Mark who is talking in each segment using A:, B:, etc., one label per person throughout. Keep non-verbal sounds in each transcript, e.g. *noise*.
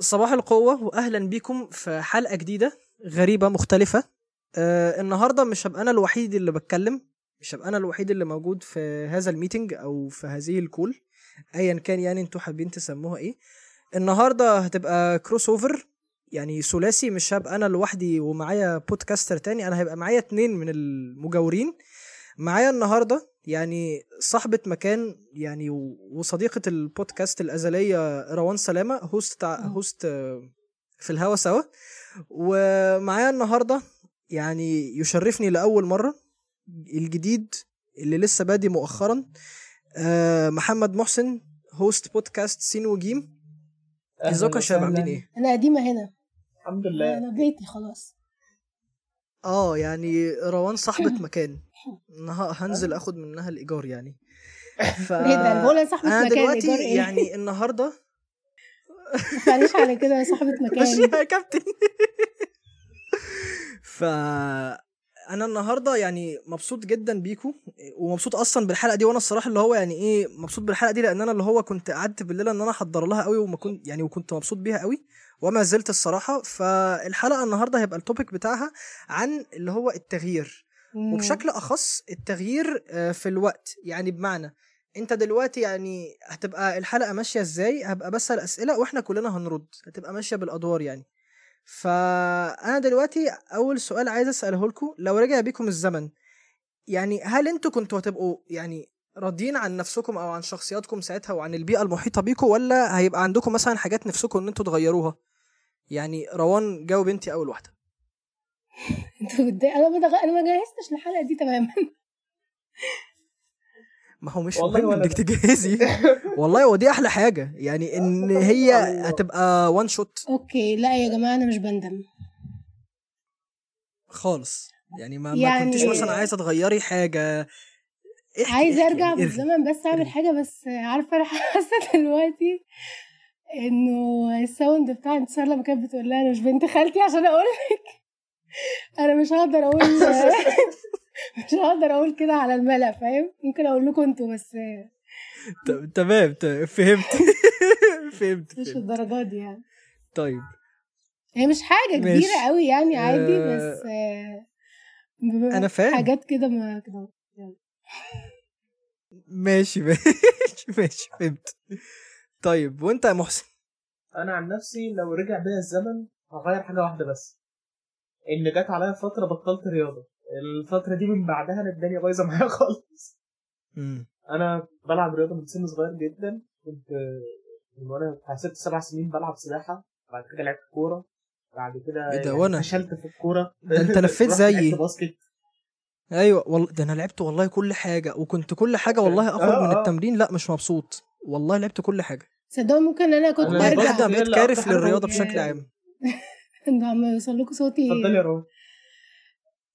A: صباح القوة وأهلا بيكم في حلقة جديدة غريبة مختلفة آه النهاردة مش هبقى أنا الوحيد اللي بتكلم مش هبقى أنا الوحيد اللي موجود في هذا الميتنج أو في هذه الكول أيا كان يعني أنتوا حابين تسموها إيه النهاردة هتبقى كروس أوفر يعني ثلاثي مش هبقى أنا لوحدي ومعايا بودكاستر تاني أنا هيبقى معايا اتنين من المجاورين معايا النهاردة يعني صاحبة مكان يعني و- وصديقة البودكاست الأزلية روان سلامة هوست تع...
B: أوه.
A: هوست آه، في الهوا سوا ومعايا النهاردة يعني يشرفني لأول مرة الجديد اللي لسه بادي مؤخرا آه، محمد محسن هوست بودكاست سين وجيم
C: أهلاً
A: ازيكم يا شباب
C: وسهلاً.
A: عاملين ايه؟
B: انا قديمه هنا
C: الحمد
A: *laughs*
C: لله
B: انا بيتي خلاص
A: اه يعني روان
B: *laughs*
A: صاحبة مكان أنا هنزل اخد منها الايجار
B: *laughs*
A: يعني ف...
B: ايه ده انا بقول انا صاحبه
A: انا
B: مكان
A: آه، دلوقتي
B: ايجار ايه يعني
A: يعني النهارده
B: *laughs* معلش على كده انا
A: *laughs*
B: صاحبه
A: ماشي
B: مكان
A: يا كابتن *laughs* ف انا النهارده يعني مبسوط جدا بيكم ومبسوط اصلا بالحلقه دي وانا الصراحه اللي هو يعني ايه مبسوط بالحلقه دي لان انا اللي هو كنت قعدت بالليل ان انا احضر لها قوي وما كنت يعني وكنت مبسوط بيها قوي وما زلت الصراحه فالحلقه النهارده هيبقى التوبيك بتاعها عن اللي هو التغيير
B: مم.
A: وبشكل اخص التغيير آه، في الوقت يعني بمعنى انت دلوقتي يعني هتبقى الحلقه ماشيه ازاي هبقى بسال اسئله واحنا كلنا هنرد هتبقى ماشيه بالادوار يعني فانا دلوقتي اول سؤال عايز اساله لكم لو رجع بيكم الزمن يعني هل انتوا كنتوا هتبقوا يعني راضيين عن نفسكم او عن شخصياتكم ساعتها وعن البيئه المحيطه بيكم ولا هيبقى عندكم مثلا حاجات نفسكم ان انتوا تغيروها يعني روان جاوب انت اول واحده
B: انتوا بتضايق- انا ما دغ- انا ما جهزتش الحلقه دي تماما
A: ما هو مش
C: والله
A: مهم
C: ولا
A: انك
C: *laughs*
A: تجهزي والله ودي احلى حاجه يعني
B: آه،
A: ان هي هتبقى وان شوت
B: *laughs* اوكي لا يا جماعه انا مش
A: *laughs*
B: بندم
A: خالص يعني ما, ما
B: يعني-
A: كنتش مثلا عايزه تغيري حاجه احكي
B: عايزه
A: احكي
B: ارجع
A: يعني ارغي.
B: بالزمن بس اعمل
A: ارغي.
B: حاجه بس عارفه انا *laughs* حاسه دلوقتي انه الساوند بتاع انتصار لما كانت بتقول لها انا مش بنت خالتي عشان اقول لك *laughs* انا مش هقدر
A: *laughs*
B: اقول *laughs* مش هقدر اقول كده على الملا فاهم ممكن اقول لكم انتوا بس
A: ت- تمام تمام، فهمت *laughs* فهمت
B: مش
A: فهمت
B: الدرجات دي يعني
A: طيب
B: هي مش حاجة
A: ماشي.
B: كبيرة قوي يعني عادي
A: آه،
B: بس آه، ب-
A: انا فاهم
B: حاجات كده ما كده
A: ماشي *laughs* ماشي ماشي فهمت طيب وانت يا محسن
C: انا عن نفسي لو رجع بيا الزمن هغير حاجه واحده بس ان جت عليا فتره بطلت رياضه الفتره دي من بعدها انا الدنيا بايظه معايا خالص
A: مم.
C: انا بلعب رياضه من سن صغير جدا كنت من وانا بتاع ست سبع سنين بلعب سباحه بعد كده لعبت كوره بعد كده
A: ايه ده
C: يعني
A: وانا؟
C: فشلت في الكوره
A: ده انت لفيت
C: رحت
A: زيي.
C: لعبت باسكت
A: ايوه والله ده انا لعبت والله كل حاجه وكنت كل حاجه والله اخرج
C: آه،
A: من
C: آه.
A: التمرين لا مش مبسوط والله لعبت كل حاجه
B: صدقوا ممكن انا كنت
C: أنا
A: والله
C: برجع-
A: بجد
B: برجع *laughs*
A: انا بقيت
C: هي اللي أكتر
A: كارف
C: حاجة
A: للرياضه
B: بتضايقني.
A: بشكل عام
B: انتوا عم يوصل لكم صوتي
C: اتفضل يا روان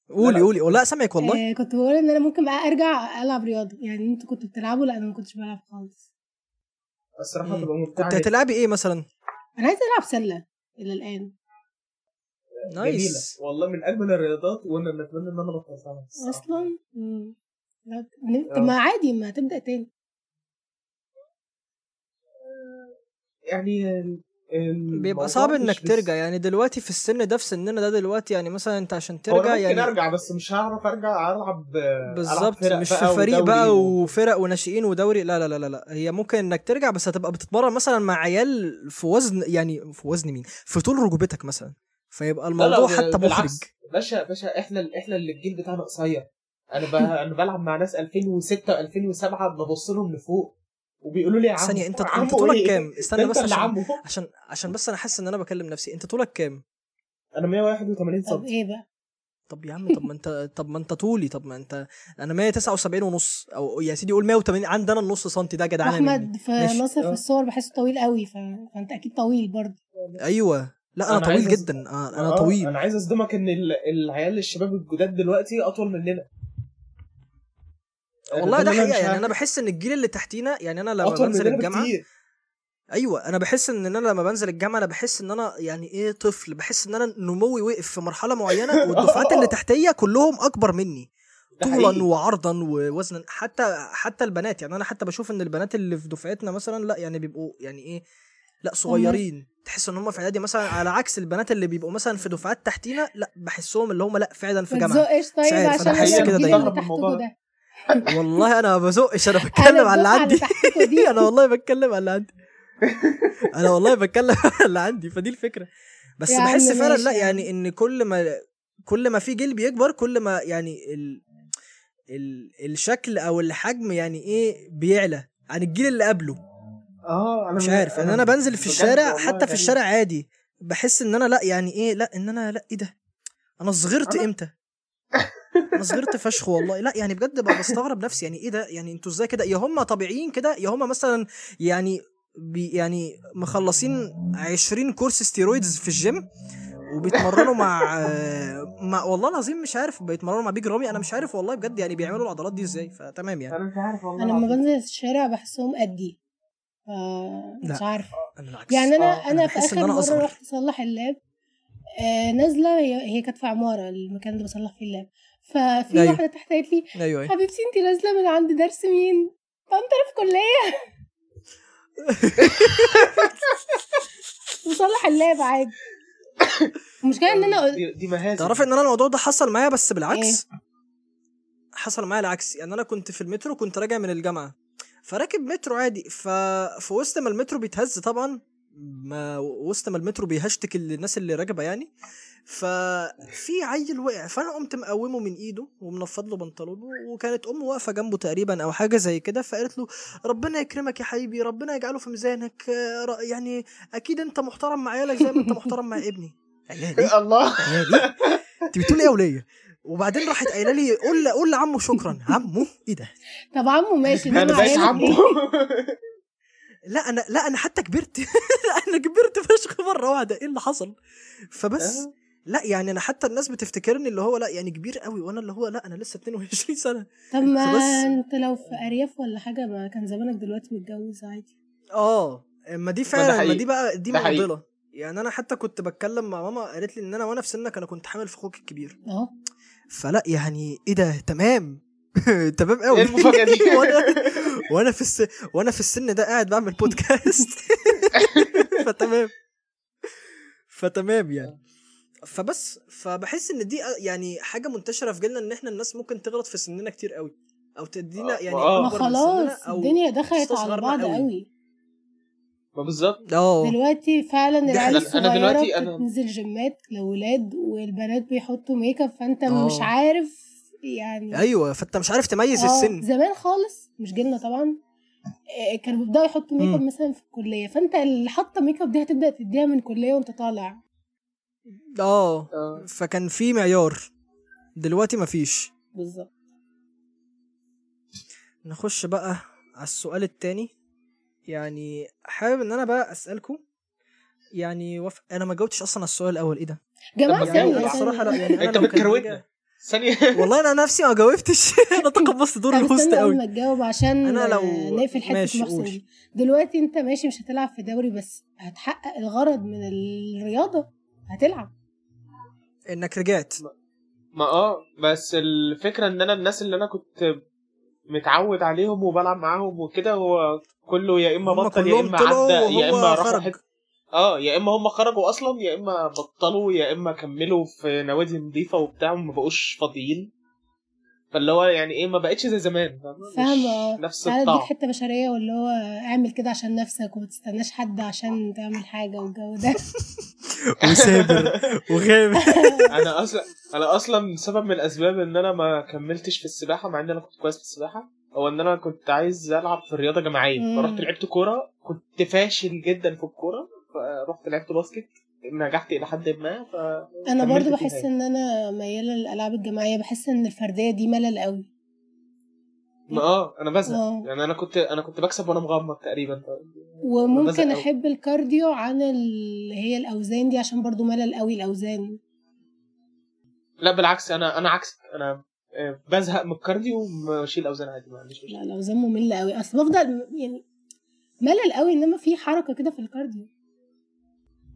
A: قولي
C: لا.
A: قولي لا سامعك والله
B: آه كنت بقول ان انا ممكن بقى ارجع العب رياضة يعني انتوا كنتوا بتلعبوا لا انا ما كنتش بلعب خالص
C: الصراحه
A: مم.
C: تبقى ممتعه
A: إيه، كنت
C: جداً.
A: هتلعبي ايه مثلا؟
B: انا عايزة العب سلة الى الان
C: جميله
A: نايس
C: والله من اجمل الرياضات وانا نتمنى ان انا بطلتها الصراحة.
B: اصلا مم. لا، ن-
C: آه.
B: طب ما عادي ما تبدأ تاني
C: يعني ال- الموضوع
A: بيبقى صعب
C: مش
A: انك
C: بس-
A: ترجع يعني دلوقتي في السن ده في سننا ده دلوقتي يعني مثلا انت عشان
C: هو أنا
A: ترجع
C: ممكن
A: يعني
C: ارجع بس مش هعرف ارجع العب ألعب
A: بالظبط
C: فرق
A: مش
C: بقى
A: في فريق
C: ودوري
A: بقى
C: و-
A: وفرق وناشئين ودوري لا لا لا لا لا هي ممكن انك ترجع بس هتبقى بتتمرن مثلا مع عيال في وزن يعني في وزن مين؟ في طول ركبتك مثلا فيبقى
C: لا، لا،
A: الموضوع
C: بال-
A: حتى محرج
C: بالعكس. باشا باشا احنا احنا اللي الجيل بتاعنا قصير انا ب... *laughs* انا بلعب مع ناس 2006 و2007 ببص لهم لفوق وبيقولوا لي يا عم
A: ثانية انت
C: عمو
A: انت طولك
C: إيه؟
A: كام؟ استنى
C: ده
A: بس
C: انت اللي
A: عشان
C: عمو
A: عشان عشان بس انا حاسس ان انا بكلم نفسي انت طولك كام؟
C: انا 181
B: طب
C: سم
B: ايه بقى
A: طب يا عم طب ما انت طب ما انت طولي طب ما انت انا 179 ونص او يا سيدي قول 180 عندنا النص سنتي ده جدعانه مني.
B: احمد في
A: ماشي.
B: ناصر في
C: آه.
B: الصور بحسه طويل قوي ف- فانت اكيد طويل برضه
A: ايوه لا انا,
C: أنا
A: طويل
C: عايز أس-
A: جدا آه، انا
C: آه،
A: طويل
C: انا عايز اصدمك ان ال- العيال الشباب الجداد دلوقتي اطول مننا
A: والله ده
C: أنا مش
A: حقيقه يعني
C: عارف.
A: انا بحس ان الجيل اللي تحتينا يعني انا لما
C: اطول
A: بنزل
C: مننا
A: الجامعه
C: بكتير
A: ايوه انا بحس ان انا لما بنزل الجامعه انا بحس ان انا يعني ايه طفل بحس ان انا نموي وقف في مرحله معينه والدفعات
C: *laughs*
A: اللي تحتيه كلهم اكبر مني
C: ده
A: طولا
C: حقيقي.
A: وعرضا ووزنا حتى حتى البنات يعني انا حتى بشوف ان البنات اللي في دفعتنا مثلا لا يعني بيبقوا يعني ايه لا صغيرين تحس ان هم في اعدادي مثلا على عكس البنات اللي بيبقوا مثلا في دفعات تحتينا لا بحسهم اللي هم لا فعلا في
B: ما
A: جامعه
B: تزقش
A: مش
B: طيب
A: عارف،
B: عشان
A: أنا حاسس
B: الجيل
A: كده
B: اللي
A: دايماً.
B: تحتكوا ده
A: والله انا ما بزقش انا
B: أنا
A: بتكلم على اللي
B: الدفعة
A: عندي
B: تحتكوا دي
A: انا والله بتكلم على اللي
B: *laughs*
A: عندي انا والله بتكلم على اللي عندي فدي الفكره بس
B: يا عم
A: بحس فعلا
B: ماشي
A: لا
B: يا
A: يعني ان كل ما كل ما في جيل بيكبر كل ما يعني ال... ال... الشكل او الحجم يعني ايه بيعلى عن الجيل اللي قبله
C: اه انا
A: مش عارف ان انا بنزل في
C: بجد
A: الشارع
C: والله
A: حتى في
C: غريب.
A: الشارع عادي بحس ان انا لا يعني ايه لا ان انا لا ايه ده انا صغرت
C: أنا- *laughs*
A: امتى انا صغرت فشخ والله لا يعني بجد بقى بستغرب نفسي يعني ايه ده يعني انتوا ازاي كده يا هم طبيعيين كده يا هم مثلا يعني بي يعني مخلصين 20 كورس ستيرويدز في الجيم وبيتمرنوا مع *laughs* آه، مع والله العظيم مش عارف بيتمرنوا مع بيج رامي انا مش عارف والله بجد يعني بيعملوا العضلات دي ازاي فتمام يعني
C: انا مش عارف والله
B: انا لما
C: العظيم.
B: بنزل الشارع بحسهم قدي آه، مش
A: لا.
B: عارفه
A: انا العكس
B: يعني انا
C: آه،
B: انا,
A: أنا
B: في
A: بحس إن
B: اخر
A: أنا
B: مره
A: أصغر.
B: رحت اصلح اللاب آه نازله هي, هي كانت في عماره المكان اللي بصلح فيه اللاب ففي
A: أيوة.
B: واحده تحت قالت لي
A: ايوه ايوه
B: حبيبتي انت نازله من عند درس مين؟ فانت في كليه
A: *laughs*
B: وصلح اللاب عادي المشكله ان انا
A: أيوه.
B: قلت-
C: دي- دي مهازل
A: تعرف ان انا الموضوع ده حصل معايا بس بالعكس حصل معايا العكس يعني انا كنت في المترو كنت راجع من الجامعه فراكب مترو عادي ففي وسط ما المترو بيتهز طبعا ما وسط ما المترو بيهشتك الناس اللي راكبه يعني ففي عيل وقع فانا قمت مقومه من ايده ومنفض له بنطلونه وكانت امه واقفه جنبه تقريبا او حاجه زي كده فقالت له ربنا يكرمك يا حبيبي ربنا يجعله في ميزانك آه، ر- يعني اكيد انت محترم مع عيالك زي ما انت محترم مع ابني
C: *laughs*
A: عيالي
C: إيه الله
A: هي دي انت بتقول ايه يا وليه وبعدين راحت قايله لي قول قول لعمه شكرا عمه ايه ده
B: طب عمو ماشي ده
C: انا
B: مع
C: باش
B: عيالك
C: عمو
B: ليه؟
A: لا انا لا انا حتى كبرت *laughs* لا انا كبرت فشخ مره واحده ايه اللي حصل
C: *laughs*
A: فبس
C: آه.
A: لا يعني انا حتى الناس بتفتكرني اللي هو لا يعني كبير قوي وانا اللي هو لا انا لسه 22 سنه
B: طب ما
A: فبس-
B: انت لو في ارياف ولا حاجه ما كان زمانك دلوقتي متجوز عادي
A: اه ما دي
C: ما ده
A: فعلا ما
C: حقيقي.
A: دي بقى دي
C: ده حقيقي.
A: معضله يعني انا حتى كنت بتكلم مع ماما قالت لي ان انا وانا في سنك انا كنت حامل في اخوك الكبير
B: اهو
A: فلا يعني ايه ده تمام *laughs* تمام قوي
C: ايه المفاجاه دي
A: *laughs* وانا وانا في الس... وانا في السن ده قاعد بعمل بودكاست
C: *laughs*
A: فتمام فتمام يعني فبس فبحس ان دي يعني حاجه منتشره في جيلنا ان احنا الناس ممكن تغلط في سننا كتير قوي او تدينا يعني
C: آه.
B: ما
A: أكبر من سننا
B: خلاص
A: أو-
B: الدنيا دخلت على
A: استصغرنا
B: بعض
A: قوي.
B: قوي
C: *laughs* ما بالظبط
A: اه
B: دلوقتي فعلا
A: ده
B: العيال
A: حقيقي.
C: أنا
B: الصغيره
C: دلوقتي أنا-
B: بتنزل جيمات لولاد والبنات بيحطوا ميك اب فانت
A: آه.
B: مش عارف يعني
A: ايوه فانت مش عارف تميز
B: آه،
A: السن
B: زمان خالص مش جيلنا طبعا آه، كانوا بيبداوا يحطوا ميك اب
A: مم.
B: مثلا في الكليه فانت اللي حاطه ميك اب دي هتبدا تديها من كليه وانت طالع
A: اه
C: آه.
A: فكان في معيار دلوقتي مفيش
B: بالظبط
A: نخش بقى على السؤال التاني يعني حابب ان انا بقى اسالكم يعني وف... انا ما جاوبتش اصلا على السؤال الاول ايه ده
B: جماعه
C: طب يعني
A: يعني
B: ثانيه
A: انا الصراحه لا
B: ثانيه
A: يعني انا
C: انت
A: لو كان
C: بتكروتنا ثانيه
A: والله انا نفسي ما جاوبتش *laughs* انا تقبصت دور
B: طب
A: الهوست
B: استنى قبل
A: قوي
B: ما تجاوب عشان
A: أنا لو-
B: آه، نقفل حته
A: ماشي،
B: محسن
A: قول.
B: دي دلوقتي انت ماشي مش هتلعب في دوري بس هتحقق الغرض من الرياضه هتلعب
A: انك رجعت
C: ما اه بس الفكره ان انا الناس اللي انا كنت متعود عليهم وبلعب معاهم وكده هو كله يا اما
A: هم
C: بطل يا
A: كلهم
C: اما
A: طلعوا
C: عدى يا اما
A: وهو
C: راحوا
A: خرج
C: حته اه يا اما هم خرجوا اصلا يا اما بطلوا يا اما كملوا في نوادي نظيفه وبتاع وما بقوش فاضيين فاللي هو يعني ايه ما بقتش زي زمان فاهمة؟ مش
B: فاهمة، اه.
C: نفس
B: تعالى اديك
C: الطعم
B: حته بشريه واللي هو اعمل كده عشان نفسك وما تستناش حد عشان تعمل حاجه والجو
C: *laughs*
B: ده
A: وسابر وغاب
C: انا اصلا انا اصلا سبب من الاسباب ان انا ما كملتش في السباحه مع ان انا كنت كويس في السباحه هو ان انا كنت عايز العب في الرياضه جماعيه
B: مم.
C: فرحت لعبت كوره كنت فاشل جدا في الكوره فرحت لعبت باسكت نجحت الى حد ما ف
B: انا
C: كملت
B: برضو
C: فيها
B: بحس
C: يعني.
B: ان انا مياله للالعاب الجماعيه بحس ان الفرديه دي ملل قوي
C: ما اه انا بزهق
B: اه
C: يعني انا كنت انا كنت بكسب وانا مغمض تقريبا
B: وممكن
C: أوي.
B: احب الكارديو عن اللي هي الاوزان دي عشان برضو ملل قوي الاوزان
C: لا بالعكس انا انا عكسك انا آه، بزهق من الكارديو وبشيل اوزان عادي ما عنديش مشكله
B: لا الاوزان ممله قوي اصل بفضل يعني ملل قوي انما في حركه كده في الكارديو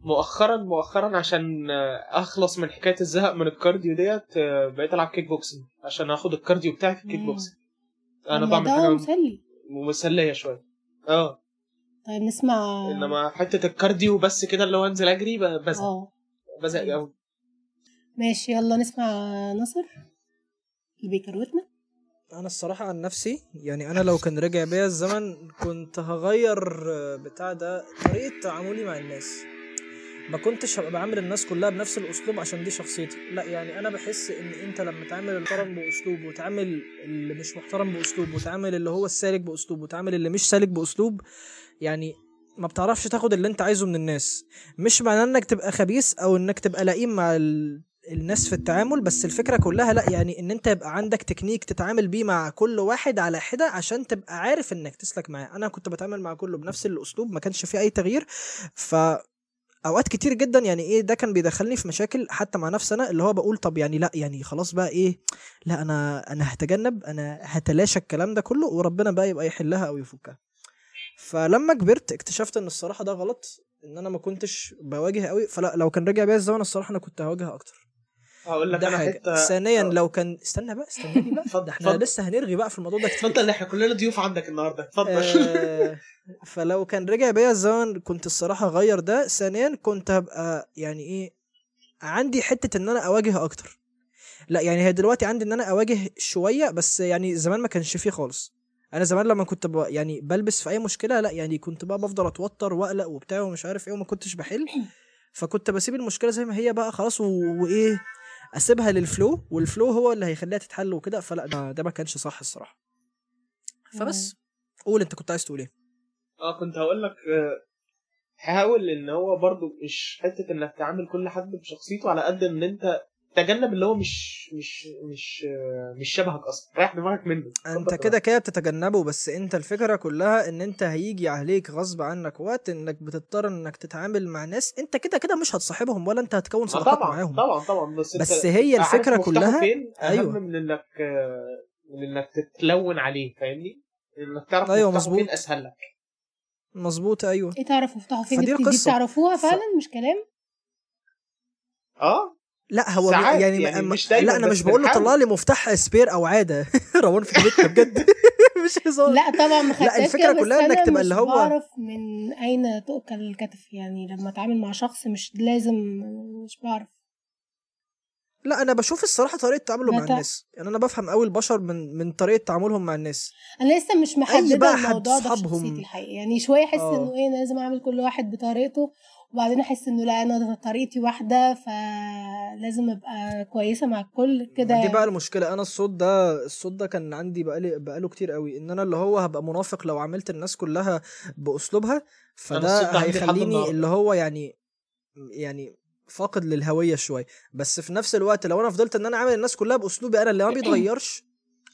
C: مؤخرا مؤخرا عشان آه، اخلص من حكايه الزهق من الكارديو ديت آه، بقيت العب كيك بوكسنج عشان اخد الكارديو بتاعي في الكيك
B: مم.
C: بوكسنج انا
B: الموضوع
C: بعمل حاجه
B: مسلي
C: مسليه شويه اه
B: طيب نسمع
C: انما حته الكارديو بس كده اللي هو انزل اجري ب- بزهق
B: اه
C: بزهق قوي
B: ماشي يلا نسمع نصر اللي بيكروتنا
A: انا الصراحه عن نفسي يعني انا لو كان رجع بيا الزمن كنت هغير آه، بتاع ده طريقه تعاملي مع الناس ما كنتش هبقى بعامل الناس كلها بنفس الاسلوب عشان دي شخصيتي لا يعني انا بحس ان انت لما تعامل المحترم باسلوب وتعامل اللي مش محترم باسلوب وتعامل اللي هو السالك باسلوب وتعامل اللي مش سالك باسلوب يعني ما بتعرفش تاخد اللي انت عايزه من الناس مش معناه انك تبقى خبيث او انك تبقى لئيم مع ال... الناس في التعامل بس الفكره كلها لا يعني ان انت يبقى عندك تكنيك تتعامل بيه مع كل واحد على حده عشان تبقى عارف انك تسلك معاه انا كنت بتعامل مع كله بنفس الاسلوب ما كانش فيه اي تغيير ف اوقات كتير جدا يعني ايه ده كان بيدخلني في مشاكل حتى مع نفسي انا اللي هو بقول طب يعني لا يعني خلاص بقى ايه لا انا انا هتجنب انا هتلاشى الكلام ده كله وربنا بقى يبقى يحلها او يفكها فلما كبرت اكتشفت ان الصراحه ده غلط ان انا ما كنتش بواجه قوي فلا لو كان رجع بيا الزمن الصراحه انا كنت هواجه اكتر
C: هقول لك
A: ده
C: انا
A: حاجة
C: حته
A: ثانيا
C: آه.
A: لو كان استنى بقى
C: *laughs*
A: استنى بقى
C: اتفضل
A: ده احنا
C: اتفضل
A: لسه هنرغي بقى في الموضوع ده كتير
C: اتفضل احنا كلنا ضيوف عندك النهارده اتفضل
A: آه، فلو كان رجع بيا الزمن كنت الصراحه غير ده ثانيا كنت هبقى يعني ايه عندي حته ان انا اواجه اكتر لا يعني هي دلوقتي عندي ان انا اواجه شويه بس يعني زمان ما كانش فيه خالص انا زمان لما كنت ب... يعني بلبس في اي مشكله لا يعني كنت بقى بفضل اتوتر واقلق وبتاع ومش عارف ايه وما كنتش بحل فكنت بسيب المشكله زي ما هي بقى خلاص و... وايه اسيبها للفلو والفلو هو اللي هيخليها تتحل وكده فلا ده, ده ما كانش صح الصراحه فبس قول انت كنت عايز تقول ايه
C: اه كنت هقول لك آه، حاول ان هو برضو مش حته انك تعامل كل حد بشخصيته على قد ان انت تجنب اللي هو مش مش مش آه، مش شبهك اصلا ريح دماغك منه
A: انت كده كده بتتجنبه بس انت الفكره كلها ان انت هيجي عليك غصب عنك وقت انك بتضطر انك تتعامل مع ناس انت كده كده مش هتصاحبهم ولا انت هتكون
C: آه،
A: صداقات
C: طبعا
A: معاهم
C: طبعا طبعا بس انت
A: بس هي
C: عارف
A: الفكره
C: مفتاحه
A: كلها
C: فين اهم
A: أيوة.
C: أيوة. من انك آه، من انك تتلون عليه فاهمني انك تعرف
A: أيوة،
C: أيوة مفتاحه
A: مظبوط.
C: فين اسهل لك
A: مظبوط ايوه
B: ايه تعرفوا افتحوا فين
A: فدي
B: دي
A: القصة.
B: بتعرفوها
A: ف-
B: فعلا مش كلام
C: اه
A: لا هو بي-
C: ساعات
A: يعني,
C: يعني
A: م-
C: مش دايما
A: لا انا
C: بس
A: مش بقول له
C: بنحاول.
A: طلع لي مفتاح سبير او عاده *laughs* روان في بيتنا بجد *laughs* مش هزار
B: لا طبعا ما خدتهاش
A: آه. الفكرة
B: كده، بس
A: كلها إنك
B: أنا
A: تبقى
B: مش
A: اللي هو-
B: بعرف من اين تؤكل الكتف يعني لما اتعامل مع شخص مش لازم مش بعرف
A: لا انا بشوف الصراحه طريقه تعامله مع
B: متى؟
A: الناس يعني انا بفهم قوي البشر من من طريقه تعاملهم مع الناس
B: انا لسه مش
A: بقى
B: محدده
A: حد
B: الموضوع ده في
A: صحابهم.
B: شخصيتي الحقيقه يعني شويه احس
A: آه.
B: انه ايه أنا لازم اعمل كل واحد بطريقته وبعدين احس انه لا انا طريقتي واحده فلازم ابقى كويسه مع الكل كده يعني.
A: ما دي بقى المشكله انا الصوت ده الصوت ده كان عندي بقالي بقاله كتير قوي ان انا اللي هو هبقى منافق لو عملت الناس كلها باسلوبها
C: أنا
A: فده
C: الصوت ده عندي لحد
A: هيخليني
C: النهاردة.
A: اللي هو يعني يعني فاقد للهويه شويه بس في نفس الوقت لو انا فضلت ان انا عامل الناس كلها باسلوبي انا اللي ما بيتغيرش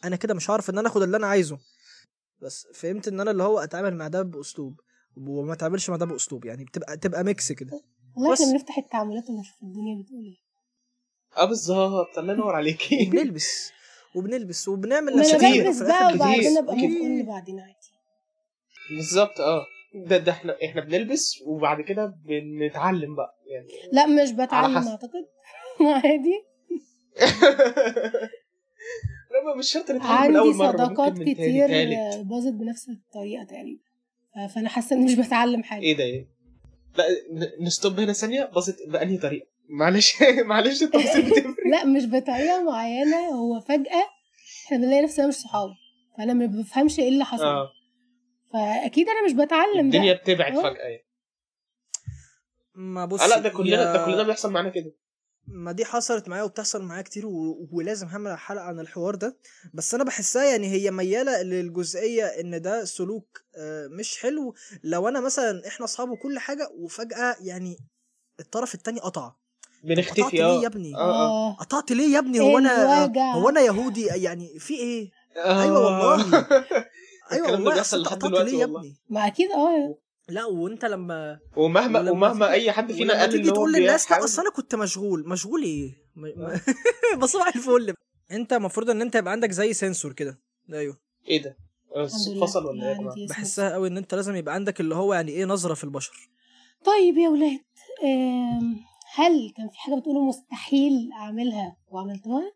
A: انا كده مش هعرف ان انا اخد اللي انا عايزه بس فهمت ان انا اللي هو اتعامل مع ده باسلوب وما اتعاملش مع ده باسلوب يعني بتبقى تبقى ميكس
B: *laughs*
A: كده
B: والله احنا
A: بس.
B: بنفتح التعاملات ونشوف الدنيا بتقول ايه
C: اه بالظبط الله ينور عليكي
A: وبنلبس وبنلبس وبنعمل
B: ما انا
A: نفسنا
C: كتير،
B: بلبس
A: في
B: بقى
A: الآخر
B: وبعدين
A: بنلبس.
B: ابقى
A: أكيد.
B: ممكن لبعدين عادي
C: *laughs* بالظبط اه ده ده احنا احنا بنلبس وبعد كده بنتعلم بقى يعني
B: لا مش بتعلم
C: حسب.
B: اعتقد *laughs* عادي
C: *laughs* لا ما مش شرط نتعلم من
B: عندي
C: اول مره
B: صداقات
C: ممكن من
B: كتير
C: تاني تالت
B: باظت بنفس الطريقه تقريبا ف- فانا حاسه اني مش بتعلم حاجه
C: ايه ده ايه لا ن- نستوب هنا ثانيه باظت بانهي طريقه معلش *laughs* معلش
B: *laughs*
C: التفاصيل بتفرق
B: لا مش بطريقه معينه هو فجاه احنا بنلاقي نفسنا مش صحاب فانا ما بفهمش ايه اللي حصل
C: اه
B: فاكيد انا مش بتعلم
C: الدنيا
B: بقى
C: بتبعد
B: آه.
C: فجاه يعني
A: ما بص
C: آه لا ده كلنا
A: يا-
C: ده كلنا بيحصل معانا كده
A: ما دي حصلت معايا وبتحصل معايا كتير و... ولازم هعمل حلقه عن الحوار ده بس انا بحسها يعني هي مياله للجزئيه ان ده سلوك آه، مش حلو لو انا مثلا احنا اصحاب وكل حاجه وفجاه يعني الطرف التاني قطع قطعت
C: بنختفي
A: ليه
C: اه
A: يا ابني
C: اه
B: اه
A: قطعت ليه يا ابني
B: إيه
A: يعني هو انا
B: الوجع؟
A: هو انا يهودي يعني في ايه
C: آه.
A: أيوة والله.
C: *laughs* الكلام
A: ايوه
C: ده
A: والله
C: بيحصل
A: أصل أنت
C: لحد
A: قطعت
C: دلوقتي
A: ليه يا
C: والله.
A: ابني
B: ما اكيد اه
A: لا وانت لما
C: ومهما
A: ولما
C: ومهما
A: تيجي-
C: اي حد فينا
A: ولما
C: قال
A: تيجي
C: ان هو
A: تقول للناس لا
C: بيحاول-
A: اصل انا كنت مشغول مشغول ايه م- *laughs* م- بصباع الفل انت المفروض ان انت يبقى عندك زي سنسور كده ايوه
C: ايه ده؟
B: الحمد
C: الصوت
B: لله
C: فصل ولا ايه يا
B: أنا
C: جماعه؟
B: عندي اسم.
A: بحسها قوي ان انت لازم يبقى عندك اللي هو يعني ايه نظره في البشر
B: طيب يا ولاد آم، هل كان في حاجه بتقولوا مستحيل اعملها وعملتوها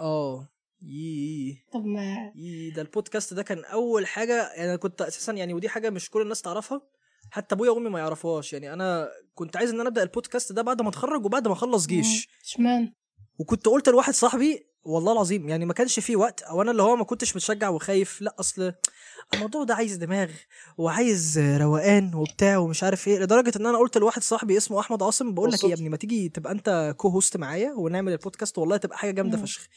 A: اه يي
B: طب ما
A: يي ده البودكاست ده كان اول حاجه يعني انا كنت اساسا يعني ودي حاجه مش كل الناس تعرفها حتى ابويا وامي ما يعرفوهاش يعني انا كنت عايز ان انا ابدا البودكاست ده بعد ما اتخرج وبعد ما اخلص جيش
B: مم. اشمعنى
A: وكنت قلت لواحد صاحبي والله العظيم يعني ما كانش فيه وقت او انا اللي هو ما كنتش متشجع وخايف لا اصل الموضوع ده عايز دماغ وعايز روقان وبتاع ومش عارف ايه لدرجه ان انا قلت لواحد صاحبي اسمه احمد عاصم بقول لك إيه يا
C: بالظبط.
A: ابني ما تيجي تبقى انت كو هوست معايا ونعمل البودكاست والله تبقى حاجه جامده
B: مم.
A: فشخ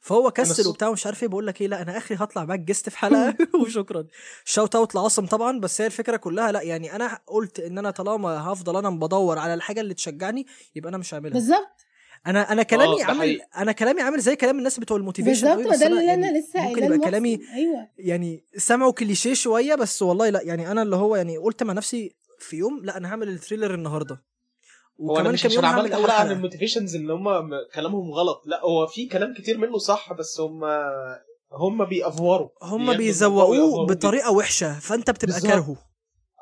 A: فهو كسل
C: الصبح-
A: وبتاع ومش عارف ايه بقول لك ايه لا انا اخري هطلع معاك جيست في حلقه *laughs* وشكرا شاوت اوت لعاصم طبعا بس هي الفكره كلها لا يعني انا قلت ان انا طالما هفضل انا بدور على الحاجه اللي تشجعني يبقى انا مش هعملها
B: بالظبط
A: انا انا كلامي
C: آه، ده
A: عامل
C: حقيقي.
A: انا كلامي عامل زي كلام الناس بتوع الموتيفيشن
B: بالظبط ما ده اللي انا لسه
A: يعني ممكن
B: قايلاه
A: يبقى
B: لمحسن.
A: كلامي
B: ايوه
A: يعني سمعه كليشيه شويه بس والله لا يعني انا اللي هو يعني قلت مع نفسي في يوم لا انا هعمل الثريلر النهارده
C: هو انا
A: وكمان
C: مش
A: كام
C: عشان
A: يوم
C: عملت
A: هعمل اول
C: اقول عن
A: حلقه
C: الموتيفيشنز ان هم كلامهم غلط لا هو في كلام كتير منه صح بس هم هم بيأفوروا
A: هم
C: بياخدوا الموضوع
A: بيزوقوه
C: ويأفوروا بيه.
A: بطريقه وحشه فانت بتبقى
C: بالظبط.
A: كارهه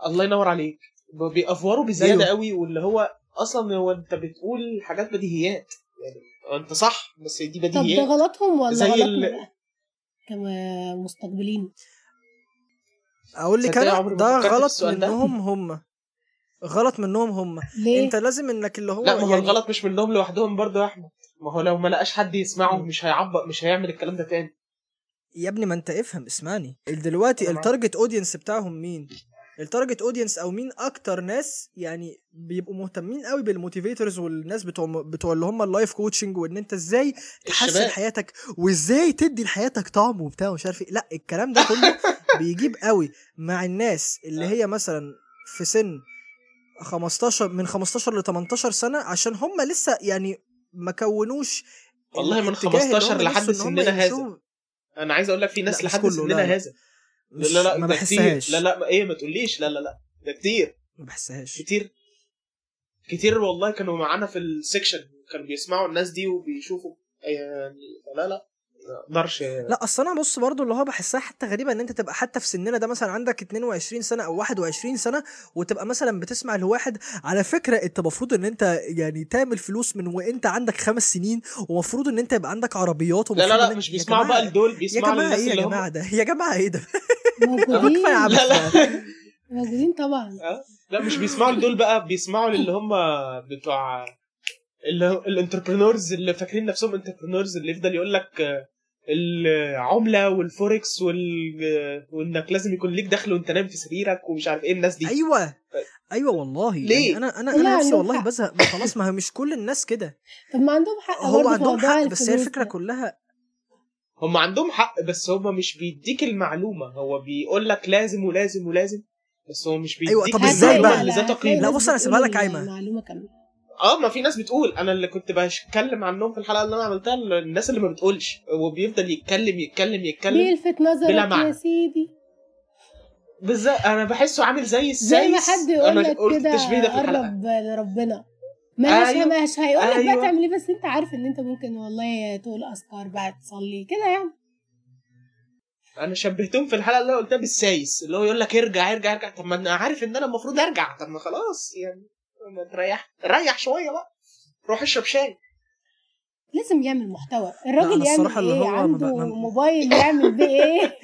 C: الله ينور عليك ب- بيأفوروا بزياده
A: أيوه.
C: قوي واللي هو اصلا هو انت بتقول حاجات بديهيات يعني انت صح بس دي
B: طب ده
C: بديهيات
B: غلطهم ولا
C: إيه؟ زي
B: غلطنا
C: ال-
B: بقى كما مستقبلين
A: اقول لك
C: تصدقي
A: انا
C: عمري ما
A: ده
C: فكرت في
A: غلط
C: السؤال ده؟
A: منهم هم غلط منهم هم
B: ليه
A: انت لازم انك اللي هو
C: لا ما هو
A: يعني
C: الغلط مش منهم لوحدهم برضه يا احمد ما هو لو ما لقاش حد يسمعه
A: مم.
C: مش هيعبق مش هيعمل الكلام ده تاني
A: يا ابني ما انت افهم اسمعني دلوقتي
C: أنا معاك.
A: التارجت اودينس بتاعهم مين التارجت اودينس او مين اكتر ناس يعني بيبقوا مهتمين قوي بالموتيفيتورز والناس بتوع بتوع اللي هم اللايف كوتشنج وان انت ازاي تحسن
C: الشباب.
A: حياتك وازاي تدي لحياتك طعم وبتاع ومش عارف ايه لا الكلام ده
C: *laughs*
A: كله بيجيب قوي مع الناس
C: آه.
A: اللي هي مثلا في سن 15 من 15 ل 18 سنه عشان هم لسه يعني ما كونوش
C: والله من
A: الاتجاه اللي
C: 15
A: هم
C: لحد
A: نفسه إن هم
C: سننا هذا.
A: يمشوهم.
C: انا عايز اقول لك في ناس
A: لا، مش
C: لحد
A: كله،
C: سننا
A: لا، لا.
C: هذا لا
A: مش
C: لا لا
A: ما
C: ده كتير
A: بحسهاش
C: لا لا ما ايه ما تقوليش لا لا لا ده كتير
A: ما بحسهاش
C: كتير كتير والله كانوا معانا في السكشن كانوا بيسمعوا الناس دي وبيشوفوا يعني لا لا ما اقدرش
A: لا اصل انا بص برضو اللي هو بحسها حتى غريبه ان انت تبقى حتى في سننا ده مثلا عندك 22 سنه او 21 سنه وتبقى مثلا بتسمع لواحد على فكره انت المفروض ان انت يعني تعمل فلوس من وانت عندك خمس سنين ومفروض ان انت يبقى عندك عربيات
C: لا
A: ومفروض
C: لا
A: إن
C: لا
A: أنت-
C: مش
A: يا
C: بيسمعوا بقى
A: جماعة-
C: لدول
A: يا
C: بيسمعوا
A: جماعه
C: للناس
A: ايه يا
C: اللي هم
A: جماعه ده يا جماعه ايه
C: *laughs*
A: ده
B: موجودين
A: كفايه عبث
C: لا لا
A: بقى.
B: موجودين طبعا
C: لا مش بيسمعوا لدول بقى بيسمعوا للي هم بتوع الانتربرنورز اللي فاكرين نفسهم انتربرنورز اللي يفضل يقول لك آه، العمله والفوركس وال... آه، وانك لازم يكون ليك دخل وانت نايم في سريرك ومش عارف ايه الناس دي
A: ايوه ايوه والله يعني
C: ليه؟
A: انا انا
B: لا،
A: انا نفسي
B: عندهم
A: والله
B: حق.
A: بزهق ما خلاص ما هي مش كل الناس كده
B: طب ما عندهم حق
A: هو
B: برضه في
A: عندهم
B: موضوع
A: حق بس هي
B: الفلوس
A: الفكره
B: ده.
A: كلها
C: هم عندهم حق بس هم مش بيديك المعلومه هو بيقول لك لازم ولازم ولازم بس هو مش بيديك
A: أيوة، طب
B: هتلاقي- يعني
A: إزاي بقى؟
B: لا،
C: اللي ذات
B: هتلاقي
C: تقييم
A: لا،
B: ناس
A: بص أنا هسيبها لك
B: بتقول
A: عايمة.
B: المعلومه كامله
C: اه ما في ناس بتقول انا اللي كنت بتكلم عنهم في الحلقه اللي انا عملتها الناس اللي ما بتقولش وبيفضل يتكلم يتكلم يتكلم
B: بيلفت نظرك
C: بلا
B: يا
C: معنى.
B: سيدي
C: بالظبط انا بحسه عامل زي السايس
B: زي ما حد يقول
C: انا
B: لك
C: قلت
B: كده
C: التشبيه ده في الحلقه
B: قرب لربنا ماشي
C: أيوة.
B: ماشي هيقول لك بقى
C: أيوة.
B: تعمل ايه بس انت عارف ان انت ممكن والله تقول اذكار بقى تصلي كده يعني
C: انا شبهتهم في الحلقه اللي انا قلتها بالسايس اللي هو يقول لك ارجع ارجع ارجع طب ما انا عارف ان انا المفروض ارجع طب ما خلاص يعني ما تريح ريح شويه بقى روح اشرب شاي
B: لازم يعمل محتوى
A: لا، أنا
B: الراجل يعمل
A: الصراحة اللي
B: ايه
A: هو ما
B: عنده
A: بقى- ما-
B: موبايل يعمل بيه ايه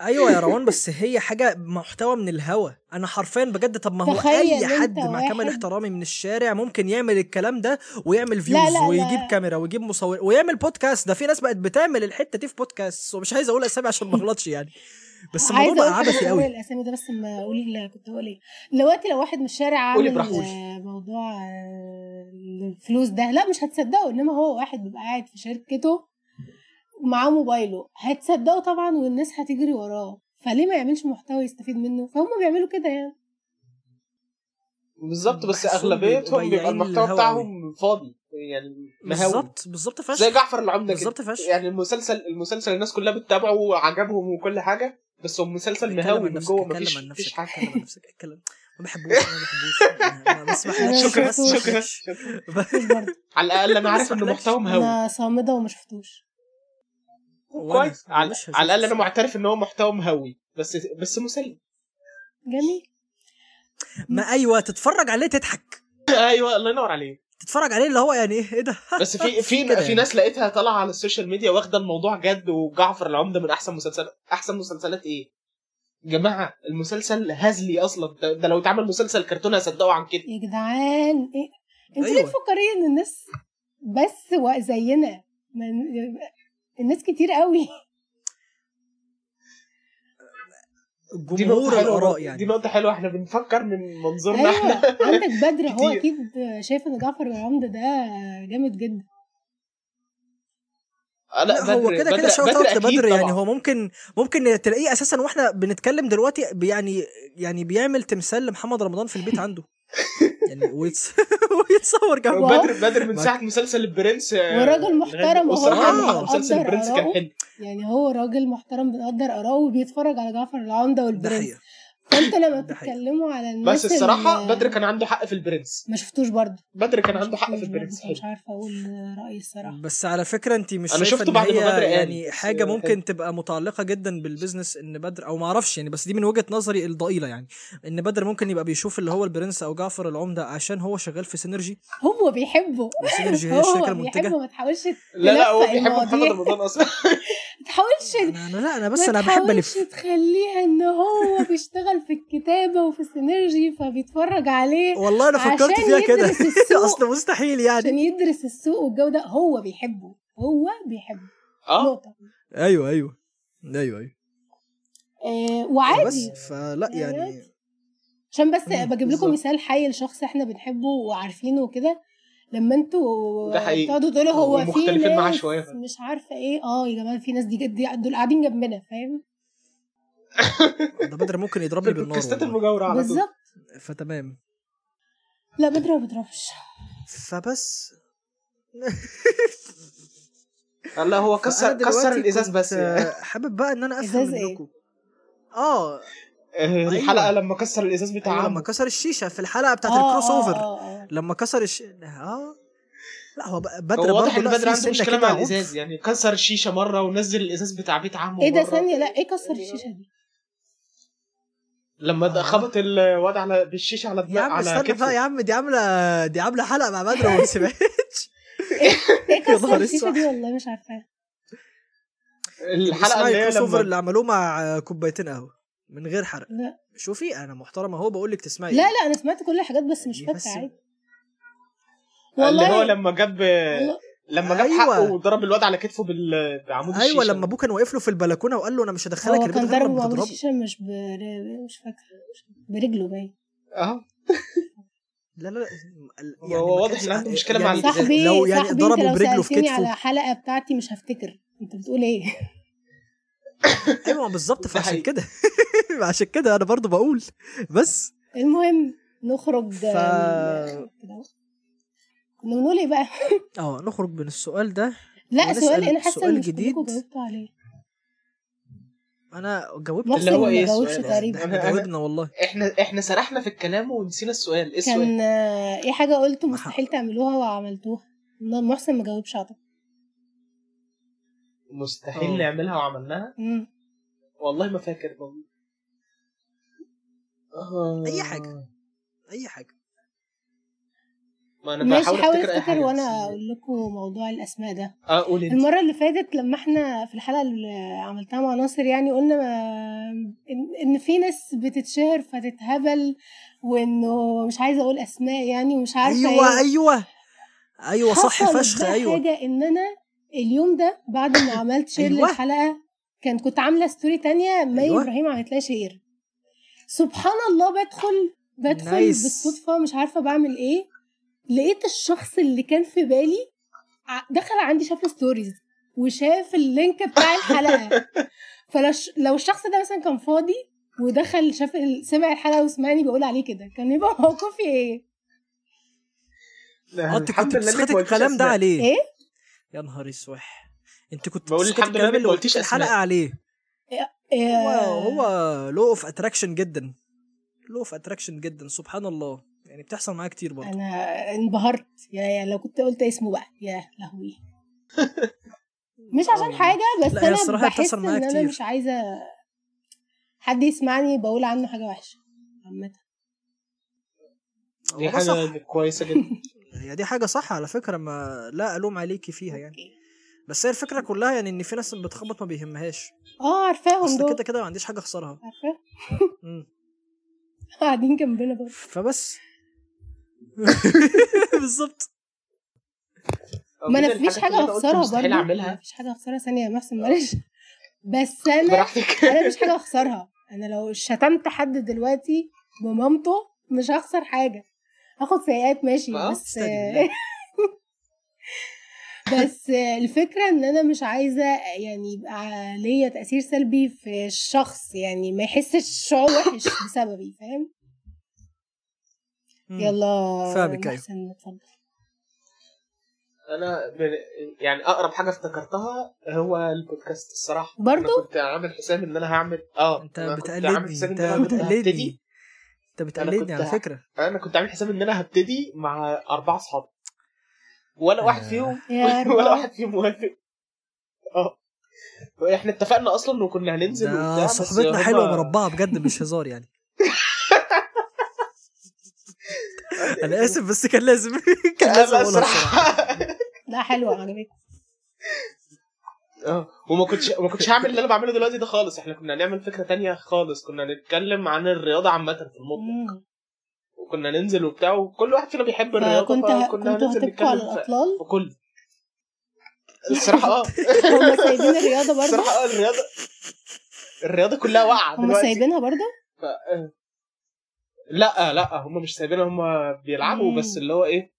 A: ايوه يا روان بس هي حاجه محتوى من الهوا انا حرفيا بجد طب ما هو
B: تخيل
A: اي
B: أنت
A: حد مع كامل
B: واحد-
A: احترامي من الشارع ممكن يعمل الكلام ده ويعمل فيوز
B: لا، لا.
A: ويجيب كاميرا ويجيب مصور ويعمل بودكاست ده في ناس بقت بتعمل الحته دي في بودكاست ومش عايز اقول اسامي عشان ما اغلطش يعني *laughs*
B: *laughs*
A: بس الموضوع
B: عايزه
A: بقى
B: أقول
A: عبثي
B: أول *laughs*
A: قوي
B: الاسامي ده بس ما اقول اللي كنت هقول ايه دلوقتي لو واحد من الشارع
C: قولي
B: عامل
C: براحتك. قولي.
B: آه، موضوع آه، الفلوس ده لا مش هتصدقه انما هو واحد بيبقى قاعد في شركته ومعاه موبايله هتصدقه طبعا والناس هتجري وراه فليه ما يعملش محتوى يستفيد منه فهم بيعملوا كده يعني
C: بالظبط بس
A: بحسهم بيبقوا
C: اغلبيتهم بيبقى
A: بياعين
C: المحتوى
A: للهوا
C: بتاعهم فاضي يعني مهاوي
A: بالظبط بالظبط
C: زي
A: فشخ
C: جعفر العمدة كده
A: بالظبط فشخ
C: يعني المسلسل المسلسل الناس كلها بتتابعه وعجبهم وكل حاجه بس هو مسلسل
A: اتكلم
C: مهاوي
A: عن
C: من
A: نفسك اتكلم
C: جوه مفيش
A: عن
C: مفيش
A: نفسك اتكلم عن
C: حاجه *laughs*
A: نفسك اتكلم ما بحبوش أنا ما بحبوش أنا- أنا ما بسمحلكش
B: شكراً،
A: بس ما
C: شكرا
A: بسمحلكش.
C: شكرا
B: مش برضه
C: على الاقل انا
A: ما
C: عارف ان
A: يسمحلكش.
C: محتوى مهاوي
B: انا صامده وما شفتوش
A: وأنا-
C: كويس على,
A: مش هشوف
C: على الاقل انا
A: الصراحة.
C: معترف ان هو محتوى مهوي بس بس *laughs* مسلي
B: جميل
A: *laughs* ما ايوه تتفرج عليه تضحك *laughs*
C: ايوه الله ينور عليك
A: تتفرج عليه اللي هو يعني ايه إيه ده
C: بس في
A: كده
C: في
A: يعني.
C: في ناس لقيتها طالعه على السوشيال ميديا واخده الموضوع جد وجعفر العمده من احسن مسلسلات احسن مسلسلات ايه؟ جماعه المسلسل هزلي اصلا ده, ده لو اتعمل مسلسل كرتون هصدقه عن كده
B: يا جدعان ايه انتوا ليه
A: أيوة.
B: مفكرين ان الناس بس و- زينا من- الناس كتير قوي
C: دي
A: جمهور
C: نقطه
A: الاراء
C: حلوه دي
A: يعني أيوة.
C: نقطه حلوه احنا بنفكر من منظورنا
B: ايوه
C: احنا
B: عندك بدر هو
C: كتير.
B: اكيد شايف ان جعفر العمدة ده جامد جدا
C: آه، لا
A: لا هو
C: بدر-
A: كده كده
C: بدر-
A: شوت
C: بدر
A: اوت
C: أكيد
A: لبدر يعني
C: طبعاً.
A: هو ممكن ممكن تلاقيه اساسا واحنا بنتكلم دلوقتي بي- يعني يعني بيعمل تمثال لمحمد رمضان في البيت
B: *laughs*
A: عنده يعني ويتص... *laughs* ويتصور جنبه
B: واو.
C: *laughs* بدر بدر من ساعه مسلسل البرنس آه،
B: وراجل محترم
C: لغاية-
B: وهو
C: بصراحة
A: يعني
C: مسلسل
B: قدر
C: البرنس
B: آراءه.
C: كان حلو
B: يعني هو راجل محترم بنقدر آراءه وبيتفرج على جعفر العمدة
A: ده
B: والبرنس
A: حقيقة
B: فانتوا لما
A: ده حقيقي.
B: بتتكلموا على الناس
C: بس الصراحه
B: اللي-
C: بدر كان عنده حق في البرنس
B: ما شفتوش برضه
C: بدر كان
B: ما
C: عنده حق
B: شفتوش
C: في
B: برضه،
C: البرنس حلو
B: فمش عارفه اقول رايي الصراحه
A: بس على فكرة انت مش
C: أنا
A: شايفة
C: شفته
A: إن
C: بعد ما
A: هي
C: بدر قال،
A: يعني
C: بس
A: حاجة
B: أيوة،
C: حلو.
A: ممكن تبقى متعلقة جدا بالبيزنس ان بدر او معرفش يعني بس دي من وجهة نظري الضئيلة يعني ان بدر ممكن يبقى بيشوف اللي هو البرنس او جعفر العمدة عشان هو شغال في سينرجي
B: هو بيحبه
A: وسينرجي هي
B: *laughs* هو
A: الشركة المنتجة
B: بيحبه ما تحاولش
C: لا لا هو
B: تلفق
C: بيحب محمد
B: المواضيع. *laughs*
C: رمضان اصلا
B: ما تحاولش
A: انا أنا- لا انا بس
B: ما
A: انا بحب
B: تحاولش
A: الف
B: تخليها ان هو بيشتغل في الكتابه وفي السينرجي فبيتفرج عليه
A: والله انا فكرت
B: عشان
A: فيها كده *laughs*
B: يدرس السوق.
A: اصل مستحيل يعني
B: عشان يدرس السوق والجو ده هو بيحبه هو بيحبه
C: اه
B: نقطه
A: ايوه ايوه ايوه ايوه
B: آه
A: بس
B: وعادي
A: فلا يعني
B: عشان بس
A: مم،
B: بجيب لكم
A: بالظبط.
B: مثال حي لشخص احنا بنحبه وعارفينه وكده لما انتوا
C: ده حقيقي.
B: بتقعدوا تقولوا هو في
C: ومختلفين معاه
B: ناس
C: شوية.
B: مش عارفه ايه اه يا جماعه في ناس دي جد دول قاعدين جنبنا فاهم
A: ده بدر ممكن
C: في
A: يضربني بالنار
C: البودكاستات
A: والله.
C: المجاوره آه، على طول
B: بالظبط
A: فتمام
B: لا بدر ما بضربش
A: فبس
C: لا هو
A: فأنا
C: كسر
A: دلوقتي
C: كسر الازاز
A: كنت،
C: بس يعني.
A: آه، حابب بقى ان انا افهم
B: إزاز إيه؟
A: منكم اه
C: آه، الحلقه لما كسر الازاز بتاع
A: أيوة لما
C: عمه
A: كسر الشيشه في الحلقه بتاعت
B: آه،
A: الكروس
B: آه،
A: اوفر
B: آه، آه.
A: لما كسر الش اه لا هو بقى- بدر
C: هو واضح
A: برضه
C: ان
A: لا
C: بدر
A: في
C: عنده
A: سنه
C: مشكله
A: كده
C: مع
A: عنف.
C: الازاز يعني كسر الشيشه مره ونزل الازاز بتاع بيت عمه
B: ايه ده
C: مرة.
B: ثانيه لا ايه
C: *laughs*
B: كسر الشيشه دي
C: لما ده خبط الواد على بالشيشه على
A: آه. يا
C: دماغ
A: عم
C: يعني.
A: استنى
C: على
A: بقى يا
C: كتفه
A: عم دي عامله دي عامله حلقه مع بدر
B: *laughs*
A: وما سمعتش
B: ايه كسر
A: نهار
B: الشيشه
A: أسود.
B: دي والله مش عارفه
C: *laughs* الحلقه
A: اسمعي
C: اللي هي
A: الكروس اوفر
C: لما
A: اللي عملوه مع آه، كوبايتين قهوه من غير حرق
B: لا
A: شوفي انا محترم اهو بقول لك تسمعي
B: لا
A: إيه.
B: لا انا سمعت كل الحاجات بس مش
A: إيه
B: فاكره
A: بس-
B: عادي
C: اللي هو
B: والله
C: لما جاب
B: والله-
C: لما جاب
A: أيوة.
C: حقه وضرب الواد على كتفه بال- بعمود الشيشه
A: ايوه لما ابوه كان واقف له في البلكونه وقال له انا مش هدخلك
B: هو
A: البيت
B: كان
A: غير
B: ضربه
A: لما
B: بعمود
A: تضربه
B: الشيشه مش ب... مش فاكره برجله باين
C: اه
A: لا لا لا،
C: هو
A: ما
C: واضح
A: كانش
C: إن عنده
A: عنده-
C: مشكلة مع الإزاز.
B: صاحبي
A: لو يعني
B: صاحبي انت
A: ضربه
B: لو
A: برجله في
B: سالتني على
A: كتفه
B: حلقه بتاعتي مش هفتكر انت بتقول ايه *laughs*
A: ايوه ما بالظبط
C: ده
A: فعشان
C: حقيقي.
A: كده *laughs* عشان كده انا برضو بقول بس
B: المهم نخرج
A: ف-
B: من- كده. كنا بنقول ايه بقى *laughs*
A: اه نخرج من السؤال ده
B: لا
A: ونسأل
B: سؤال انا حاسه
A: سؤال
B: ان مش
A: جديد.
B: كلكم جاوبتوا عليه
A: انا جاوبت
B: محسن
C: اللي هو
B: ما
C: إيه
B: جاوبش
C: السؤال؟
A: ده
B: تقريبا
A: احنا
C: أنا- أنا-
A: جاوبنا والله
C: احنا احنا سرحنا في الكلام ونسينا السؤال ايه السؤال
B: كان آه، ايه حاجه قلتوا
A: إيه ما
B: مستحيل تعملوها وعملتوها محسن ما جاوبش اعتقد
C: مستحيل
A: أوه.
C: نعملها وعملناها
B: مم.
C: والله ما فاكر والله آه.
A: أي حاجة. اي حاجه
C: ما انا
B: ماشي
C: بحاول
B: حاول
C: افتكر اي
B: افتكر
C: حاجه
B: وانا
C: بس-
B: اقول لكم موضوع الاسماء ده
C: اه قول انت
B: المرة اللي فاتت لما احنا في الحلقة اللي عملتها مع ناصر يعني قلنا ما إن- ان في ناس بتتشهر فتتهبل وانه مش عايزة اقول اسماء يعني ومش عارفة
A: ايوه
B: ايه.
A: ايوه ايوه صح
B: حصلت
A: فشخ
B: بقى
A: ايوه
B: حاجة ان انا اليوم ده بعد ما عملت شير
A: أيوة.
B: للحلقة كان كنت عاملة ستوري تانية مي
A: أيوة.
B: ابراهيم عملت لها شير سبحان الله بدخل بدخل
A: نايس.
B: بالصدفة مش عارفة بعمل ايه لقيت الشخص اللي كان في بالي ع- دخل عندي شاف ستوريز وشاف اللينك
A: *laughs*
B: بتاع الحلقه فلو الشخص ده مثلا كان فاضي ودخل شاف ال- سمع الحلقه وسمعني بقول عليه كده كان يبقى موقفي ايه
A: اه انت
C: آه، الحمد
A: كنت
C: لله إنك
A: بتسخطي
C: ما قلتيش
A: الكلام ده
C: أسماء.
A: عليه
B: إيه؟
A: يا نهار اسوح انت كنت
C: بقول
A: بتسخطي
C: الحمد لله
A: الكلام
C: إنك
A: اللي
C: ما
A: قلتيه
C: قلتيش
A: الحلقه
C: أسماء.
A: عليه
B: إيه،
A: هو هو لو اوف اتراكشن جدا لو اوف اتراكشن جدا سبحان الله يعني بتحصل معايا كتير برضه
B: انا انبهرت يا, يا لو كنت قلت اسمه بقى يا لهوي
A: *laughs*
B: مش عشان
A: آه.
B: حاجه بس
A: لا، هي
B: انا
A: الصراحة
B: بحس
A: بتحصل
B: ان
A: معايا
B: انا
A: كتير.
B: مش عايزه حد يسمعني بقول عنه حاجه وحشه عامه
A: هو
C: دي
A: ده صح
C: حاجه كويسه جدا
A: هي دي حاجه صح على فكره ما لا الوم عليكي فيها يعني
B: أوكي.
A: بس هي الفكره كلها يعني ان في ناس بتخبط ما بيهمهاش
B: اه عارفاهم
A: اصل
B: دول
A: كده كده ما عنديش حاجه اخسرها
B: عارفاهم *laughs*
A: مم.
B: قاعدين جنبنا برضه *laughs*
A: فبس بالظبط
B: *laughs* ما
A: إيه
B: انا مفيش حاجه اخسرها
C: مستحيل
B: برضه
C: اعملها
B: مفيش حاجه اخسرها ثانيه يا
A: آه.
B: محسن معلش
A: *laughs*
B: بس انا
C: براحتك
B: انا مفيش حاجه اخسرها انا لو شتمت حد دلوقتي بمامته مش هخسر حاجه هاخد سيئات ماشي
A: آه،
C: ما
B: بس
A: استني بالله.
B: بس الفكره ان انا مش عايزه يعني يبقى ليا تاثير سلبي في الشخص يعني ما يحسش شعور وحش بسببي فاهم
A: مم.
B: *laughs* يلا
A: فاهمك، أيوة.
B: محسن اتفضل
C: انا ب- يعني اقرب حاجه افتكرتها هو البودكاست الصراحه
B: برضو؟
C: انا كنت عامل حساب ان انا هعمل اه
A: انت
C: أنا كنت عامل
A: بتقلدني
C: حساب إن
A: انت
C: أنا كنت هبتدي-
A: بتقلدني انت
C: كنت
A: بتقلدني على
C: ه-
A: فكره
C: انا كنت عامل حساب ان انا هبتدي مع اربعه اصحاب ولا واحد
A: آه.
C: فيهم
B: يا
C: *laughs* ولا
B: رب
C: واحد فيهم موافق اه احنا اتفقنا اصلا وكنا هننزل وبتاع
A: ده
C: بس
A: صحبتنا
C: هما-
A: حلوه مربعه بجد مش هزار
C: *laughs*
A: يعني انا اسف بس كان لازم *laughs* كان
C: لا،
A: لازم
C: لا،
A: اقولها بصراحه
C: *laughs* الصراحه
B: لا حلوه عجبتني
C: اه وما كنتش وما كنتش هعمل اللي انا بعمله دلوقتي ده خالص احنا كنا هنعمل فكره تانية خالص كنا نتكلم عن الرياضه عامه في المطلق
B: مم.
C: وكنا ننزل وبتاع وكل واحد فينا بيحب الرياضه
B: فكنت آه، ه...
C: فكنا
B: كنتوا
C: هننزل
B: هتبقوا على
C: نتكلم في-
B: الاطلال
C: في كل الصراحه
B: *laughs*
C: اه
B: هم سايبين الرياضه برضه
C: الصراحه اه الرياضه الرياضه كلها واقعه
B: هم
C: دلوقتي
B: سايبينها برضه
C: ف... آه. لا آه، لا هم مش سايبينها هم بيلعبوا
B: مم.
C: بس اللي هو ايه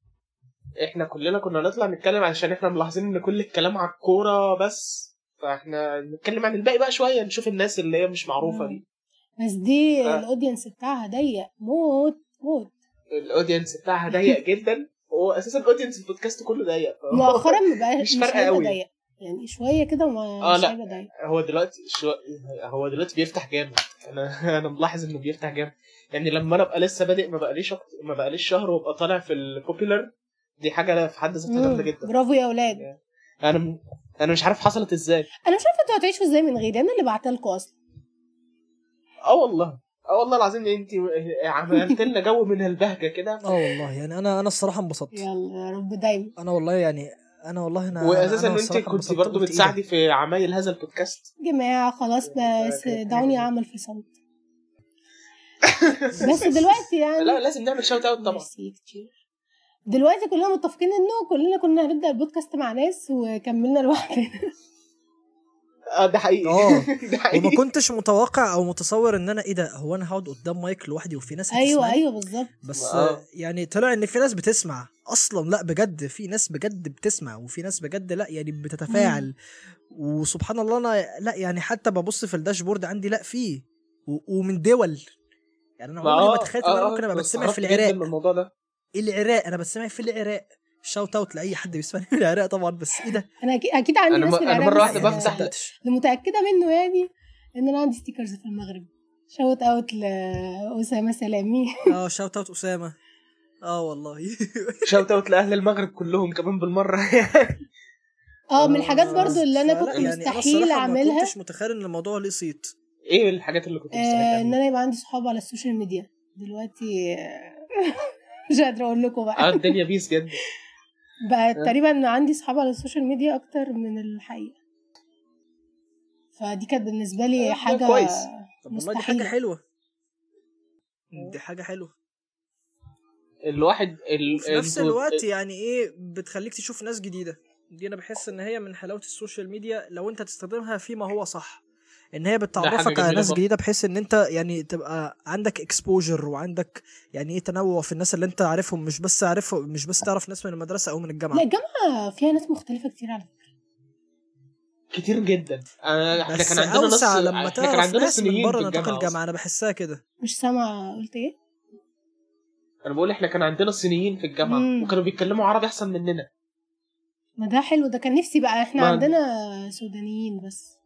C: احنا كلنا كنا نطلع نتكلم عشان احنا ملاحظين ان كل الكلام على الكوره بس فاحنا نتكلم عن الباقي بقى شويه نشوف الناس اللي هي مش معروفه
B: مم.
C: دي
B: بس دي
C: ف-
B: الاودينس بتاعها ضيق موت موت
C: الاودينس بتاعها ضيق جدا هو اساسا الاودينس البودكاست كله ضيق فهو-
B: مؤخرا ما بقاش
C: مش
B: مش
C: فارقة
B: هيبقى
C: قوي.
B: ضيق يعني شويه كده وما
C: آه،
B: مش
C: لا.
B: هيبقى ضيق
C: هو دلوقتي شو... هو دلوقتي بيفتح جامد *laughs* انا انا ملاحظ انه بيفتح جامد يعني لما انا ابقى لسه بادئ ما بقاليش وقت... ما بقاليش شهر وابقى طالع في البوبيلر دي حاجه في حد ذاتها جامده
B: مم.
C: جدا
B: برافو يا اولاد
C: انا م... انا مش عارف حصلت ازاي
B: انا مش عارفه انتوا هتعيشوا ازاي من غيري انا اللي بعتلكوا اصلا
C: اه والله اه والله العظيم انت عملت لنا جو من البهجه كده
A: اه والله يعني انا انا الصراحه انبسطت
B: يلا يا رب دايما
A: انا والله يعني انا والله انا
C: واساسا
A: أنا
C: انت
A: الصراحة
C: كنت
A: انبسطت.
C: برضو
A: قلت إيه ده؟
C: بتساعدي في عمايل هذا البودكاست
B: جماعه خلاص بس دعوني اعمل في صمت بس دلوقتي يعني
C: لا لازم نعمل شوت اوت طبعا
B: ميرسي كتير دلوقتي كلنا متفقين انه كلنا كنا هنبدا البودكاست مع ناس وكملنا لوحدنا *laughs*
C: اه ده حقيقي
A: آه.
C: *laughs* ده
A: وما
C: حقيقي
A: كنتش متوقع او متصور ان انا ايه ده هو انا هقعد قدام مايك لوحدي وفي ناس
B: ايوه
A: هتسمعني؟
B: ايوه بالظبط
A: بس
C: آه.
A: يعني طلع ان في ناس بتسمع اصلا لا بجد في ناس بجد بتسمع وفي ناس بجد لا يعني بتتفاعل وسبحان الله انا لا يعني حتى ببص في الداشبورد عندي لا في و- ومن دول يعني انا
C: آه،
A: عمري ما تخيلت ان انا ممكن ابقى بتسمع في العراق
C: الموضوع ده
A: العراق انا بسمع في العراق شاوت اوت لاي حد بيسمعني من العراق طبعا بس ايه ده يعني
B: انا أكي- اكيد عندي
C: أنا
B: ناس
C: م-
B: في
C: أنا
B: العراق
C: مرة
B: بس
C: واحدة
B: أنا-
C: بفتح-
B: اللي متاكده منه يعني ان انا عندي ستيكرز في المغرب شوت اوت لاسامه سلامي
A: اه شاوت اوت اسامه اه والله
C: شوت اوت لاهل المغرب كلهم كمان بالمره *laughs*
B: اه من الحاجات
A: آه،
B: برضو اللي انا
A: فلا،
B: كنت
A: يعني أنا
B: مستحيل
A: الصراحة ما
B: اعملها
A: كنتش متخيل ان الموضوع ليه صيت
C: ايه الحاجات اللي كنت
B: آه ان
C: مستنيها
B: انا يبقى عندي صحاب على السوشيال ميديا دلوقتي آه، *laughs* مش قادره اقول لكم بقى
C: اه الدنيا بيس
B: *laughs*
C: جدا
B: بقى
C: آه.
B: تقريبا عندي صحاب على السوشيال ميديا اكتر من الحقيقه فدي كانت بالنسبه
C: آه،
B: لي
C: ده
B: حاجه
C: كويس.
A: طب والله دي حاجه
B: مستحيلة.
A: حلوه دي حاجه حلوه
C: الواحد ال...
A: في نفس
C: ال-
A: الوقت يعني ايه بتخليك تشوف ناس جديده دي انا بحس ان هي من حلاوه السوشيال ميديا لو انت تستخدمها فيما هو صح ان هي بتعرفك
C: جميلة
A: على ناس
C: برضه.
A: جديده بحيث ان انت يعني تبقى عندك اكسبوجر وعندك يعني ايه تنوع في الناس اللي انت عارفهم مش بس عارفهم مش بس تعرف ناس من المدرسه او من
B: لا
A: الجامعه
B: الجامعه فيها ناس مختلفه كتير على فكره
C: كتير جدا انا احنا
A: بس
C: كان عندنا ناس
A: اوسع لما
C: احنا كان
A: تعرف
C: عندنا
A: ناس من
C: صينيين في
A: بره نطاق
C: الجامعه أصلاً.
A: الجامعه انا بحسها كده
B: مش سامعه قلت ايه
C: انا بقول احنا كان عندنا صينيين في الجامعه
B: مم.
C: وكانوا بيتكلموا عربي احسن مننا
B: ما ده حلو ده كان نفسي بقى احنا
C: ما-
B: عندنا سودانيين بس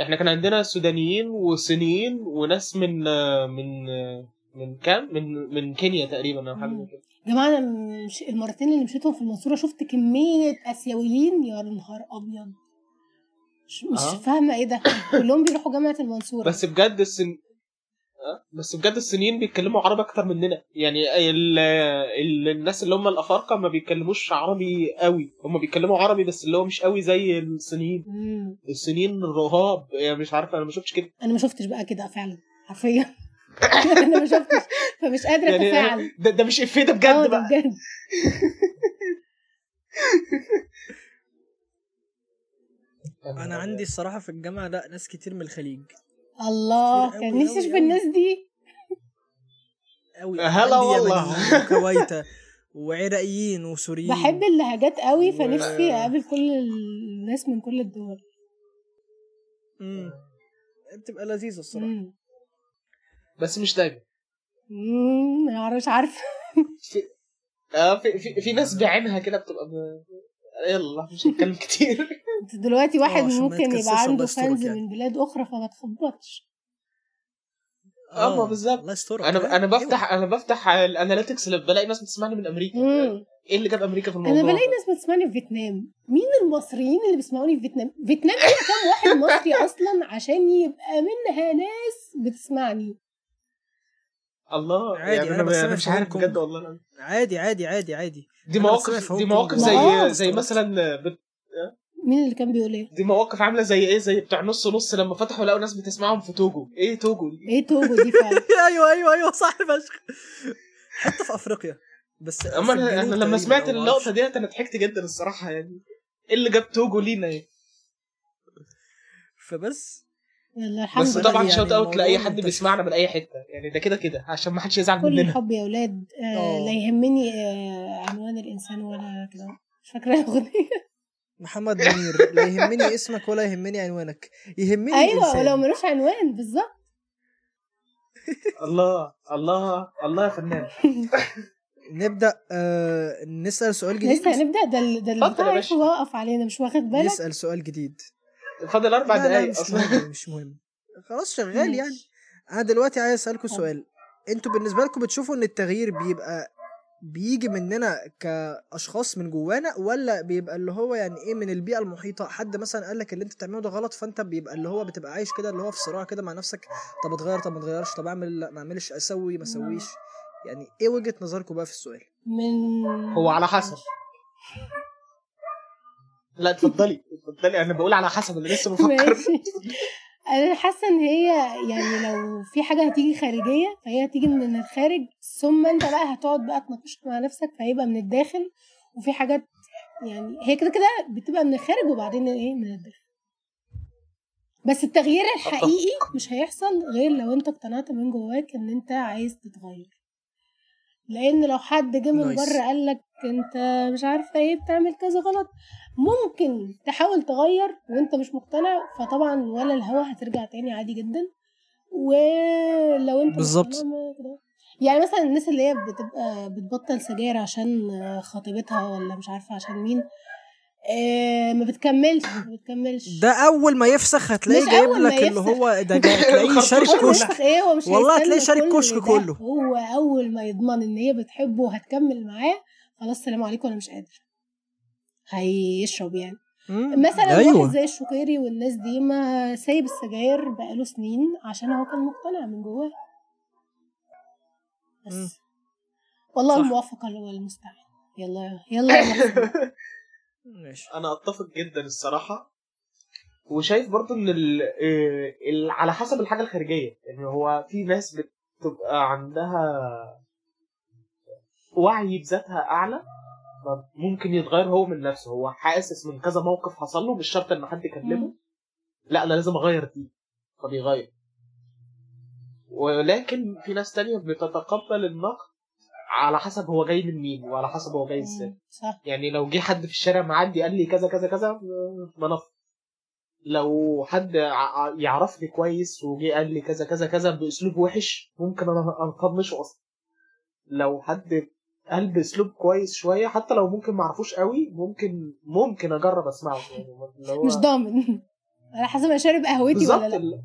C: احنا كان عندنا سودانيين وصينيين وناس من آه، من آه، من كام من من كينيا تقريبا او حاجه
B: مم.
C: زي كده
B: يا جماعه انا مش المرتين اللي مشيتهم في المنصوره شفت كميه اسيويين يا نهار ابيض مش, إيه مش
C: آه.
B: فاهمه ايه ده كلهم بيروحوا جامعه المنصوره
C: بس بجد السن... آه، بس بجد الصينيين بيتكلموا عربي اكتر مننا يعني ال ال الناس اللي هم الافارقه ما بيتكلموش عربي قوي هم بيتكلموا عربي بس اللي هو مش قوي زي الصينيين
B: مم.
C: الصينيين رهاب يعني مش عارف انا ما شفتش كده
B: انا ما شفتش بقى كده فعلا *laughs* حرفيا انا ما شفتش فمش قادره
C: يعني
B: اتفاعل
C: ده, ده مش افيه ده
B: آه، ده
C: بجد بقى
B: بجد
A: انا عندي الصراحه في الجامعه لا ناس كتير من الخليج
B: الله
A: كتير
B: كان
A: أوي
B: نفسي
A: أوي
B: اشوف
A: أوي.
B: الناس دي
A: قوي
C: هلا والله.
A: كويته وعراقيين وسوريين
B: بحب اللهجات قوي
A: و-
B: فنفسي اقابل كل الناس من كل الدول
A: مم. بتبقى لذيذه الصراحه
B: مم.
C: بس مش دايما
B: مم، ما اعرفش عارفه
C: في آه في, في, في ناس بعينها كده بتبقى ب... يلا مش هنتكلم كتير
B: أنت *laughs* دلوقتي واحد
A: آه، عشان ما
B: ممكن
A: يتكسفش
B: يبقى
A: الله
B: عنده
A: يسترك
B: فانز
A: يعني.
B: من بلاد اخرى فما تخبطش
C: آه، ما بالظبط.
A: الله يسترك
C: انا انا
A: أيوة.
C: بفتح انا بفتح الاناليتكس اللي بلاقي ناس بتسمعني من امريكا
B: مم.
C: ايه اللي جاب امريكا في الموضوع
B: انا بلاقي
C: ده؟
B: ناس بتسمعني في فيتنام مين المصريين اللي بيسمعوني في فيتنام فيتنام فيها كام واحد مصري اصلا عشان يبقى منها ناس بتسمعني
C: الله
A: عادي،
C: يعني
A: أنا
C: انا,
A: بستمع
C: أنا مش عارف
A: فيكم.
C: بجد والله العظيم.
A: عادي عادي عادي عادي *laughs*
C: دي
A: أنا
C: مواقف
A: بستمع
C: دي
A: فيكم.
C: مواقف
B: آه.
C: زي زي مثلا بت-
B: مين اللي كان بيقول ايه
C: دي مواقف عامله زي ايه زي بتاع نص نص لما فتحوا لقوا ناس بتسمعهم في توجو ايه توجو
A: إيه
C: دي؟
B: ايه توجو
C: *laughs*
B: دي فعلا
A: ايوه ايوه ايوه صح فشخ حتى في افريقيا بس
C: اما
A: في الجنوب
C: انا, أنا لما
A: تقريباً
C: سمعت
A: أو ما
C: اللقطه
A: أعرفش.
C: ديت انا ضحكت جدا الصراحه يعني ايه اللي جاب توجو لينا يعني
A: فبس
B: يلا الحمد
C: بس
B: لله
C: طبعا
A: يعني
C: شوت اوت لاي
A: الموضوع
C: حد
A: منتشر.
C: بيسمعنا من اي حته يعني ده كده كده عشان ما حدش يزعل
B: كل
C: مننا
B: الحب يا اولاد آه
A: آه.
B: لا يهمني آه عنوان الانسان ولا كده مش فاكره الاغنيه
C: *laughs*
A: محمد منير لا يهمني اسمك ولا يهمني عنوانك
C: إيه
A: يهمني
B: ايوه
A: الإنسان.
B: ولو ملوش عنوان بالظبط
C: الله الله الله يا فنان
A: نبدا آه نسال سؤال جديد
B: لسه هنبدا ده ال- ده
C: اتفضل يا
B: البتاع
C: باشا.
B: واقف علينا مش واخد بالك
A: نسال سؤال جديد
C: فاضل اربع
A: لا، لا،
C: دقايق
A: مش
C: اصلا
A: مهم مش مهم خلاص شغال
B: ماشي.
A: يعني انا دلوقتي عايز اسالكم
B: طب.
A: سؤال انتوا بالنسبه لكم بتشوفوا ان التغيير بيبقى بيجي مننا كاشخاص من جوانا ولا بيبقى اللي هو يعني ايه من البيئه المحيطه حد مثلا قال لك اللي انت بتعمله ده غلط فانت بيبقى اللي هو بتبقى عايش كده اللي هو في صراع كده مع نفسك طب اتغير طب ما اتغيرش طب اعمل لا ما اعملش اسوي ما اسويش يعني ايه وجهه نظركم بقى في السؤال
B: من
C: هو على حسب لا اتفضلي اتفضلي انا بقول على حسب اللي
A: *laughs*
C: لسه بفكر
B: ماشي انا حاسه ان هي يعني لو في حاجه هتيجي خارجيه فهي هتيجي من الخارج ثم انت بقى هتقعد بقى تناقشها مع نفسك فهيبقى من الداخل وفي حاجات يعني هي كده كده بتبقى من الخارج وبعدين ايه من الداخل بس التغيير الحقيقي مش هيحصل غير لو انت اقتنعت من جواك ان انت عايز تتغير لان لو حد جه
A: Nice.
B: من بره قال لك انت مش عارفه ايه بتعمل كذا غلط ممكن تحاول تغير وانت مش مقتنع فطبعا ولا الهوا هترجع تاني عادي جدا ولو انت
A: بالظبط.
B: مقتنع ما- كده. يعني مثلا الناس اللي هي بتبقى بتبطل سجاير عشان خطيبتها ولا مش عارفه عشان مين آه، ما بتكملش ما بتكملش
A: ده اول ما يفسخ هتلاقيه
B: مش
A: جايب
B: أول ما
A: لك اللي
B: يفسخ.
A: هو ده
B: *laughs*
A: جاي- هتلاقيه شارك
C: الخرطوشة
B: أول
A: كشك
B: *laughs* ما- ايه هو مش
A: والله
B: هيستنى
A: هتلاقيه شارك
B: كل
A: كشك
B: ده.
A: كله.
B: هو اول ما يضمن ان هي بتحبه وهتكمل معاه خلاص سلام عليكم انا مش قادر هيشرب يعني
A: مم. أيوه.
B: مثلا واحد زي الشقيري والناس دي ما سايب السجاير بقاله سنين عشان هو كان مقتنع من جواه
A: مم.
B: بس والله
A: صح.
B: الموفق هو المستعان يلا يلا يا
A: *laughs*
C: *laughs*
B: محسن.
A: ماشي
C: انا اتفق جدا الصراحه وشايف برضو ان ال آه، ال- على حسب الحاجه الخارجيه يعني هو في ناس بتبقى عندها وعي بذاتها اعلى ممكن يتغير هو من نفسه هو حاسس من كذا موقف حصل له مش شرط ان حد يكلمه
B: مم.
C: لا انا لازم اغير دي فبيغير ولكن في ناس تانية بتتقبل النقد على حسب هو جاي من مين وعلى حسب هو جاي ازاي
B: صح
C: يعني لو جه حد في الشارع معدي قال لي كذا كذا كذا ما نف لو حد ع- ع- يعرفني كويس وجه قال لي كذا كذا كذا باسلوب وحش ممكن انا اطنشه اصلا لو حد قال باسلوب كويس شويه حتى لو ممكن ما اعرفوش قوي ممكن ممكن اجرب اسمعه يعني اللي هو
B: مش ضامن *laughs* على حسب انا شارب قهوتي ولا
C: بالظبط
B: لا
C: ال-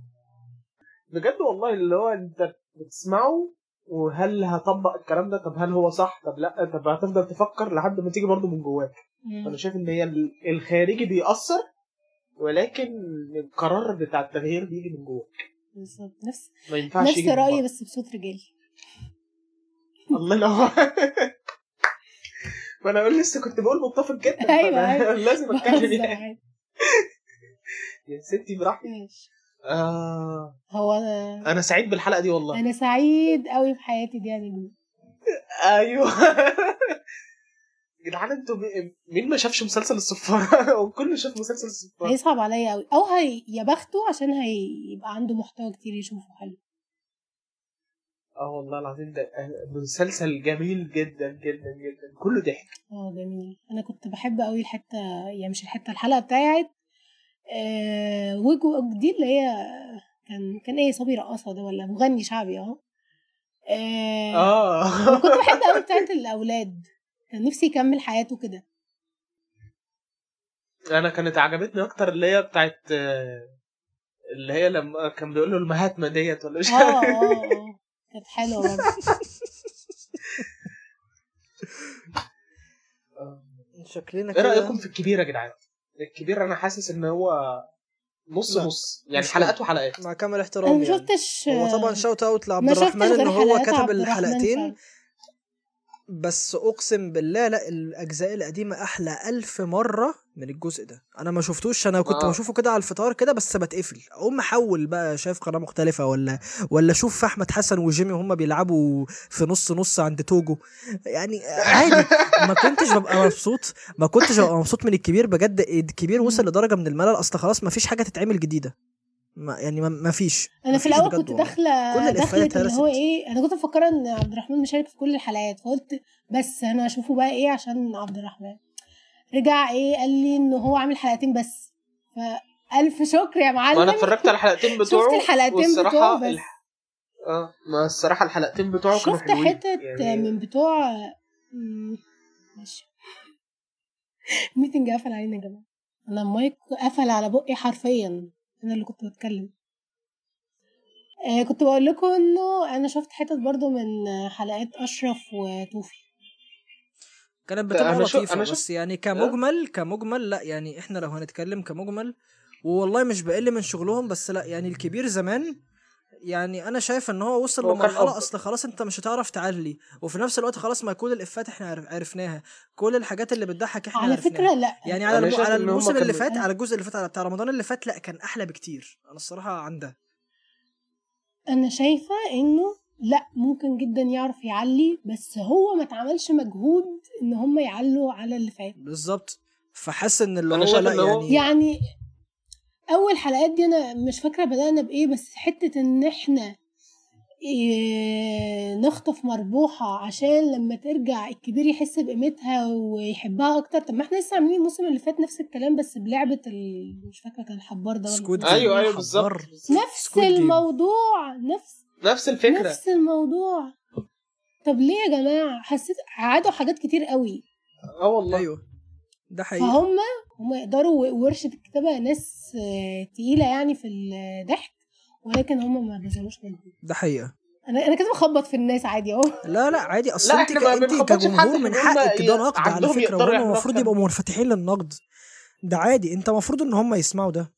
C: بجد والله اللي هو انت بتسمعه وهل هطبق الكلام ده طب هل هو صح طب لا طب هتفضل تفكر لحد ما تيجي برضه من جواك انا
B: مم.
C: شايف ان هي ال- الخارجي بيأثر ولكن القرار بتاع التغيير بيجي من جوه
B: بالظبط نفس
C: ما ينفعش
B: نفس
C: يجي من
B: رايي
C: بره.
B: بس بصوت رجالي
C: الله ينور *laughs* ما انا أقول لسه كنت بقول متفق جدا
B: *laughs* أيوة،
C: فأنا
B: أيوة.
C: لازم اتكلم
B: *laughs* بهزر
C: يعني.
B: عادي
C: يا ستي براحتك
B: ماشي
C: آه
B: هو
C: انا سعيد بالحلقه دي والله
B: انا سعيد قوي بحياتي دي يعني دي. أيوة.
C: *laughs* ايوه جدعان انتوا مي- مين ما شافش مسلسل *laughs* الصفاره وكله شاف مسلسل الصفاره
B: هيصعب عليا قوي او هي يا بخته عشان هيبقى عنده محتوى كتير يشوفه حلو
C: اه والله العظيم ده آه، مسلسل جميل جدا جدا جدا كله ضحك
A: آه،
B: اه جميل انا كنت بحب قوي الحته يعني مش الحته الحلقه بتاعت آه وجو دي اللي هي كان كان ايه صبي رقاصه ده ولا مغني شعبي اهو اه
A: آه.
C: اه *laughs*
B: كنت بحب قوي بتاعت الاولاد كان نفسي يكمل حياته كده
C: انا كانت عجبتني اكتر اللي هي بتاعت آه، اللي هي لما كان بيقول له المهاتما ديت ولا مش
B: اه اه اه كانت
A: *laughs*
B: حلوه برضه
C: *laughs* آه.
A: شكلنا
C: ايه
A: كده
C: رايكم في الكبير يا جدعان الكبير انا حاسس ان هو نص
A: لا.
C: نص يعني
A: مش
C: حلقات وحلقات
A: مع كامل
B: انا ما
A: احترامي يعني.
B: شفتش
A: هو طبعا شوت اوت لعبد
B: ما شفتش
A: الرحمن ان
B: غير
A: هو
B: حلقات عبد
A: كتب
B: الرحمن
A: الحلقتين
B: فعلا.
A: بس اقسم بالله لا الاجزاء القديمه احلى ألف مره من الجزء ده انا ما شفتوش انا كنت
C: آه.
A: بشوفه كده على الفطار كده بس بتقفل اقوم احول بقى شايف قناه مختلفه ولا ولا اشوف احمد حسن وجيمي وهم بيلعبوا في نص نص عند توجو يعني
B: *laughs*
A: عادي ما كنتش ببقى مبسوط ما كنتش ببقى مبسوط من الكبير بجد الكبير وصل لدرجه من الملل اصل خلاص ما فيش حاجه تتعمل جديده ما يعني ما- ما فيش
B: انا في
A: مفيش
B: الاول
A: بجد
B: كنت
A: والله.
B: داخله
A: كل
B: داخله
A: الإفيهات
B: اللي هو
A: هرست.
B: ايه انا كنت مفكره ان عبد الرحمن مشارك في كل الحلقات فقلت بس انا اشوفه بقى ايه عشان عبد الرحمن رجع ايه قال لي ان هو عامل حلقتين بس فالف شكر يا معلم
C: وانا اتفرجت على الحلقتين بتوعه
B: شفت الحلقتين
C: والصراحة
B: بتوعه بس
C: الح- اه ما الصراحه الحلقتين بتوعه كانوا
B: شفت
C: حلوين.
B: حتت
A: يعني
B: من بتوع مم، ماشي *laughs* الميتنج قفل علينا يا جماعه انا المايك قفل على بقي حرفيا انا اللي كنت بتكلم آه كنت بقول لكم انه انا شفت حتت برضو من حلقات اشرف وتوفي
A: كانت
C: أنا
A: بتبقى
C: شو- أه؟
A: لطيفه
C: أنا
A: بس يعني كمجمل كمجمل لا يعني احنا لو هنتكلم كمجمل والله مش بقل من شغلهم بس لا يعني الكبير زمان يعني انا شايف ان هو وصل
C: هو كان
A: لمرحله
C: أفضل.
A: اصل خلاص انت مش هتعرف تعلي وفي نفس الوقت خلاص ما كل الافات احنا عرف- عرفناها كل الحاجات اللي بتضحك احنا
B: على
A: آه، عرفناها
B: فكره لا
A: يعني على
C: أنا
A: الم...
C: شايف
A: على
C: إن هما
A: الموسم اللي
C: كانوا-
A: فات على الجزء اللي فات على بتاع رمضان اللي فات لا كان احلى بكتير انا الصراحه عن ده
B: انا شايفه انه لا ممكن جدا يعرف يعلي بس هو ما اتعملش مجهود ان هم يعلوا على اللي فات
A: بالظبط فحس ان اللي
C: أنا
A: هو
C: شايف
A: لا
C: إن هو-
A: يعني
B: يعني اول حلقات دي انا مش فاكره بدانا بايه بس حته ان احنا إيه، نخطف مربوحه عشان لما ترجع الكبير يحس بقيمتها ويحبها اكتر طب ما احنا لسه عاملين الموسم اللي فات نفس الكلام بس بلعبه ال... مش فاكره كان الحبار ده ولا
A: سكوت
B: كان
C: ايوه
B: إيه.
A: حبار.
C: ايوه بالظبط
B: نفس
A: Squid Game.
B: الموضوع نفس
C: نفس الفكره
B: نفس الموضوع طب ليه يا جماعه حسيت عادوا حاجات كتير قوي
C: اه والله
A: ايوه ده حقيقي
B: فهم هم يقدروا ورشة الكتابة ناس آه، تقيلة يعني في الضحك ولكن هم ما بيظهروش منهم
A: ده حقيقه
B: انا انا كده بخبط في الناس عادي اهو
A: لا لا عادي اصل
C: لا،
A: انت
C: إحنا
A: ك-
C: ما
A: انت
C: بنخبطش في حد،
A: كجمهور
C: إحنا
A: من
C: بنقول
A: حقك
C: بقى
A: تبدا
C: ي-
A: نقد على
C: عندهم
A: فكره
C: يقدروا
A: وهم
C: يعملوا
A: المفروض
C: أكتر.
A: يبقوا منفتحين للنقد ده عادي انت المفروض ان هم يسمعوا ده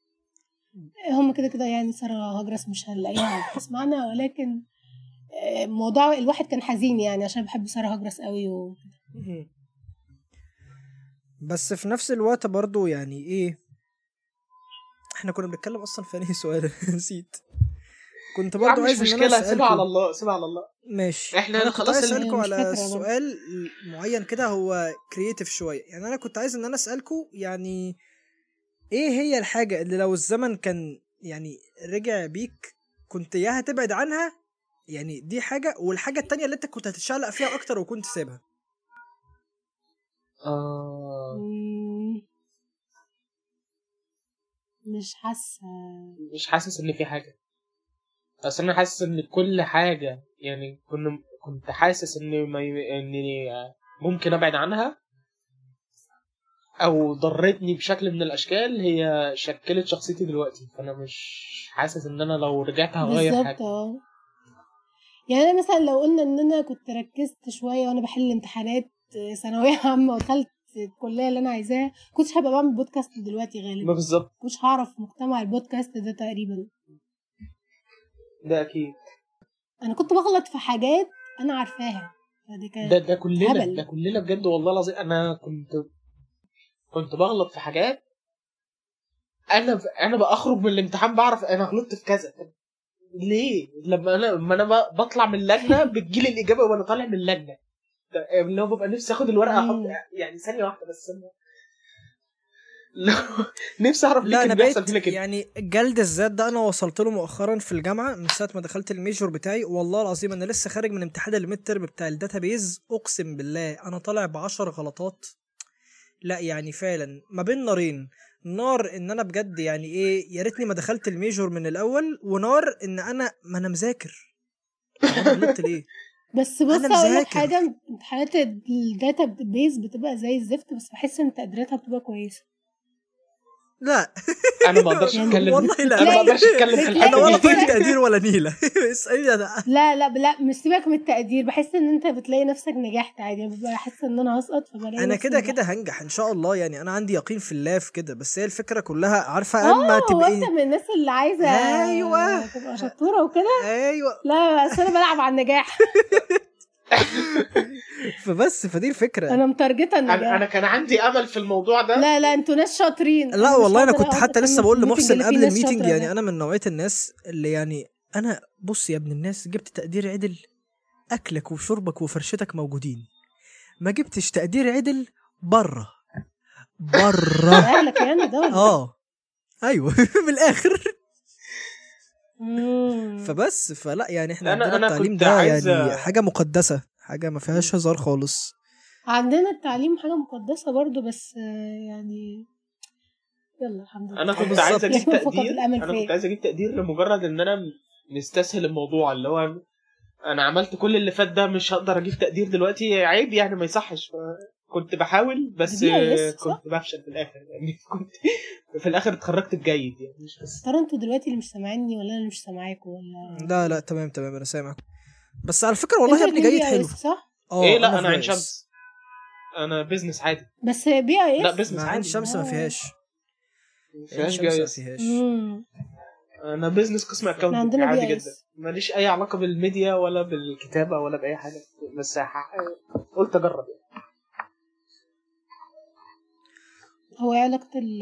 B: *laughs* هم كده كده يعني سارة هجرس مش هنلاقيها تسمعنا ولكن آه، موضوع الواحد كان حزين يعني عشان بحب سارة هجرس قوي و...
A: بس في نفس الوقت برضو يعني ايه احنا كنا بنتكلم اصلا في انهي سؤال *laughs* نسيت كنت
C: يا عم
A: برضو
C: مش
A: عايز ان انا
C: مشكله سيبها على
A: اسالكم
C: الله سيبها على الله
A: ماشي
C: إحنا
A: انا كنت
C: خلاص
A: عايز
C: ال-
A: اسالكم
B: مش
A: على
B: فاكرة برضو.
A: سؤال معين كده هو كرييتيف شويه يعني انا كنت عايز ان انا اسالكم يعني ايه هي الحاجه اللي لو الزمن كان يعني رجع بيك كنت يا هتبعد عنها يعني دي حاجه والحاجه التانية اللي انت كنت هتتشعلق فيها اكتر وكنت سابها
C: آه
B: مم، مش حاسة
C: مش حاسس ان في حاجه اصل انا حاسس ان كل حاجه يعني كنا كنت حاسس ان ما ي... اني ممكن ابعد عنها او ضرتني بشكل من الاشكال هي شكلت شخصيتي دلوقتي فانا مش حاسس ان انا لو رجعت هغير
B: بالظبط
C: حاجه
B: اه يعني انا مثلا لو قلنا ان انا كنت ركزت شويه وانا بحل امتحانات *laughs* ثانويه عامه ودخلت الكليه اللي انا عايزاها كنتش هبقى بعمل بودكاست دلوقتي غالبا
C: بالظبط
B: كنتش هعرف مجتمع البودكاست ده تقريبا
C: ده اكيد
B: انا كنت بغلط في حاجات انا عارفاها فدي كانت
C: ده ده كلنا
B: هبل.
C: ده كلنا بجد والله العظيم انا كنت كنت بغلط في حاجات انا انا بخرج من الامتحان بعرف انا غلطت في كذا طب ليه لما انا لما انا ب- بطلع من
B: *laughs*
C: اللجنه بتجيلي الاجابه وانا طالع من اللجنه طب آه، اللي هو ببقى نفسي اخد الورقه احط
B: مم.
C: يعني ثانيه واحده بس أنا- لو- نفسي اعرف ليه
A: لا انا
C: كان بيحصل
A: بقيت
C: فينا كده
A: يعني جلد الذات ده انا وصلت له مؤخرا في الجامعه من ساعه ما دخلت الميجور بتاعي والله العظيم انا لسه خارج من امتحان الميد ترم بتاع الداتابيز اقسم بالله انا طالع ب 10 غلطات لا يعني فعلا ما بين نارين نار ان انا بجد يعني ايه يا ريتني ما دخلت الميجور من الاول ونار ان انا ما انا مذاكر طب انا غلطت ليه
B: بس بص
A: أنا
B: اقول لك
A: مذاكر.
B: حاجه امتحانات الداتا بيز بتبقى زي الزفت بس بحس ان تقديراتها بتبقى كويسه
A: لا
C: انا ما اقدرش
B: *laughs* يعني
C: اتكلم
A: والله لا
C: انا ما
B: بتلاقي-
C: اقدرش اتكلم
A: *laughs*
C: في
B: بتلاقي-
A: انا
C: الحته
A: ولا
C: دي
B: بتلاقي-
A: طالب تقدير ولا *laughs* نيله اسالني انا
B: لا لا لا مش سيبك من التقدير بحس ان انت بتلاقي نفسك نجحت عادي ببقى احس ان انا هسقط فبلاقي
A: انا
B: نفسي
A: كده
B: نجحت.
A: كده هنجح ان شاء الله يعني انا عندي يقين في الله في كده بس هي الفكره كلها عارفه اما
B: هو انت
A: تبقي
B: من الناس اللي عايزه
A: أيوة.
B: تبقى شطوره وكده
A: ايوه
B: لا بس انا بلعب على النجاح
A: فبس فدي الفكره
B: انا مترجته النجاح *laughs*
C: انا انا كان عندي امل في الموضوع ده
B: لا لا انتوا ناس شاطرين
A: لا
B: مش
A: والله انا
B: قادرة
A: كنت
B: أقعد
A: حتى لسه
B: أكمل
A: بقول
B: في
A: لمحسن
B: اللي فيه
A: قبل
B: ناس
A: الميتنج
B: شاطرة
A: يعني
B: ده.
A: انا من نوعيه الناس اللي يعني انا بص يا ابن الناس جبت تقدير عدل اكلك وشربك وفرشتك موجودين ما جبتش تقدير عدل بره
B: *laughs*
A: بره
B: اهلك يعني ده ولا
A: اه ايوه *laughs* من الاخر
B: مم.
A: فبس فلا يعني احنا
C: أنا-
A: عندنا
C: أنا
A: التعليم
C: كنت
A: ده
C: عايز
A: يعني
C: أ-
A: حاجه مقدسه حاجه ما فيهاش هزار خالص
B: عندنا التعليم حاجه مقدسه برضو بس آه، يعني يلا الحمد لله
C: انا كنت
A: بالظبط.
C: عايز
B: *laughs*
C: اجيب
B: لكن فقد
C: تقدير
B: الامل
C: انا
B: فيه.
C: كنت عايز اجيب تقدير لمجرد ان انا مستسهل الموضوع اللي هو انا عملت كل اللي فات ده مش هقدر اجيب تقدير دلوقتي عيب يعني ما يصحش كنت بحاول بس
B: دي بيئة لسه، صح؟
C: كنت بفشل في الاخر يعني *laughs* كنت في الاخر اتخرجت بجيد يعني مش بس
B: ترى انتوا دلوقتي اللي مش سامعيني ولا انا مش سامعاكم ولا
A: لا لا تمام تمام انا سامعك بس على فكره والله يا
B: انتوا
A: ابني
B: الاتنين
A: جيد
B: بيئة
A: حلو
B: لسه، صح
A: اه
C: ايه لا
A: في
C: انا عين
A: بيس.
C: شمس انا بيزنس عادي
B: بس بي اي
C: لا
B: اس
C: بس-
A: ما عين شمس ما
B: آه.
A: فيهاش
C: ما
A: عين
C: فيهاش
A: شمس ما
C: جايز
A: فيهاش
B: مم.
C: انا بيزنس قسم
B: احنا
C: اكونت
B: عندنا
C: عادي
B: بي
C: جدا
B: اس
C: ماليش اي علاقه بالميديا ولا بالكتابه ولا باي حاجه بس ح- قلت اجرب يعني.
B: هو ايه علاقة ال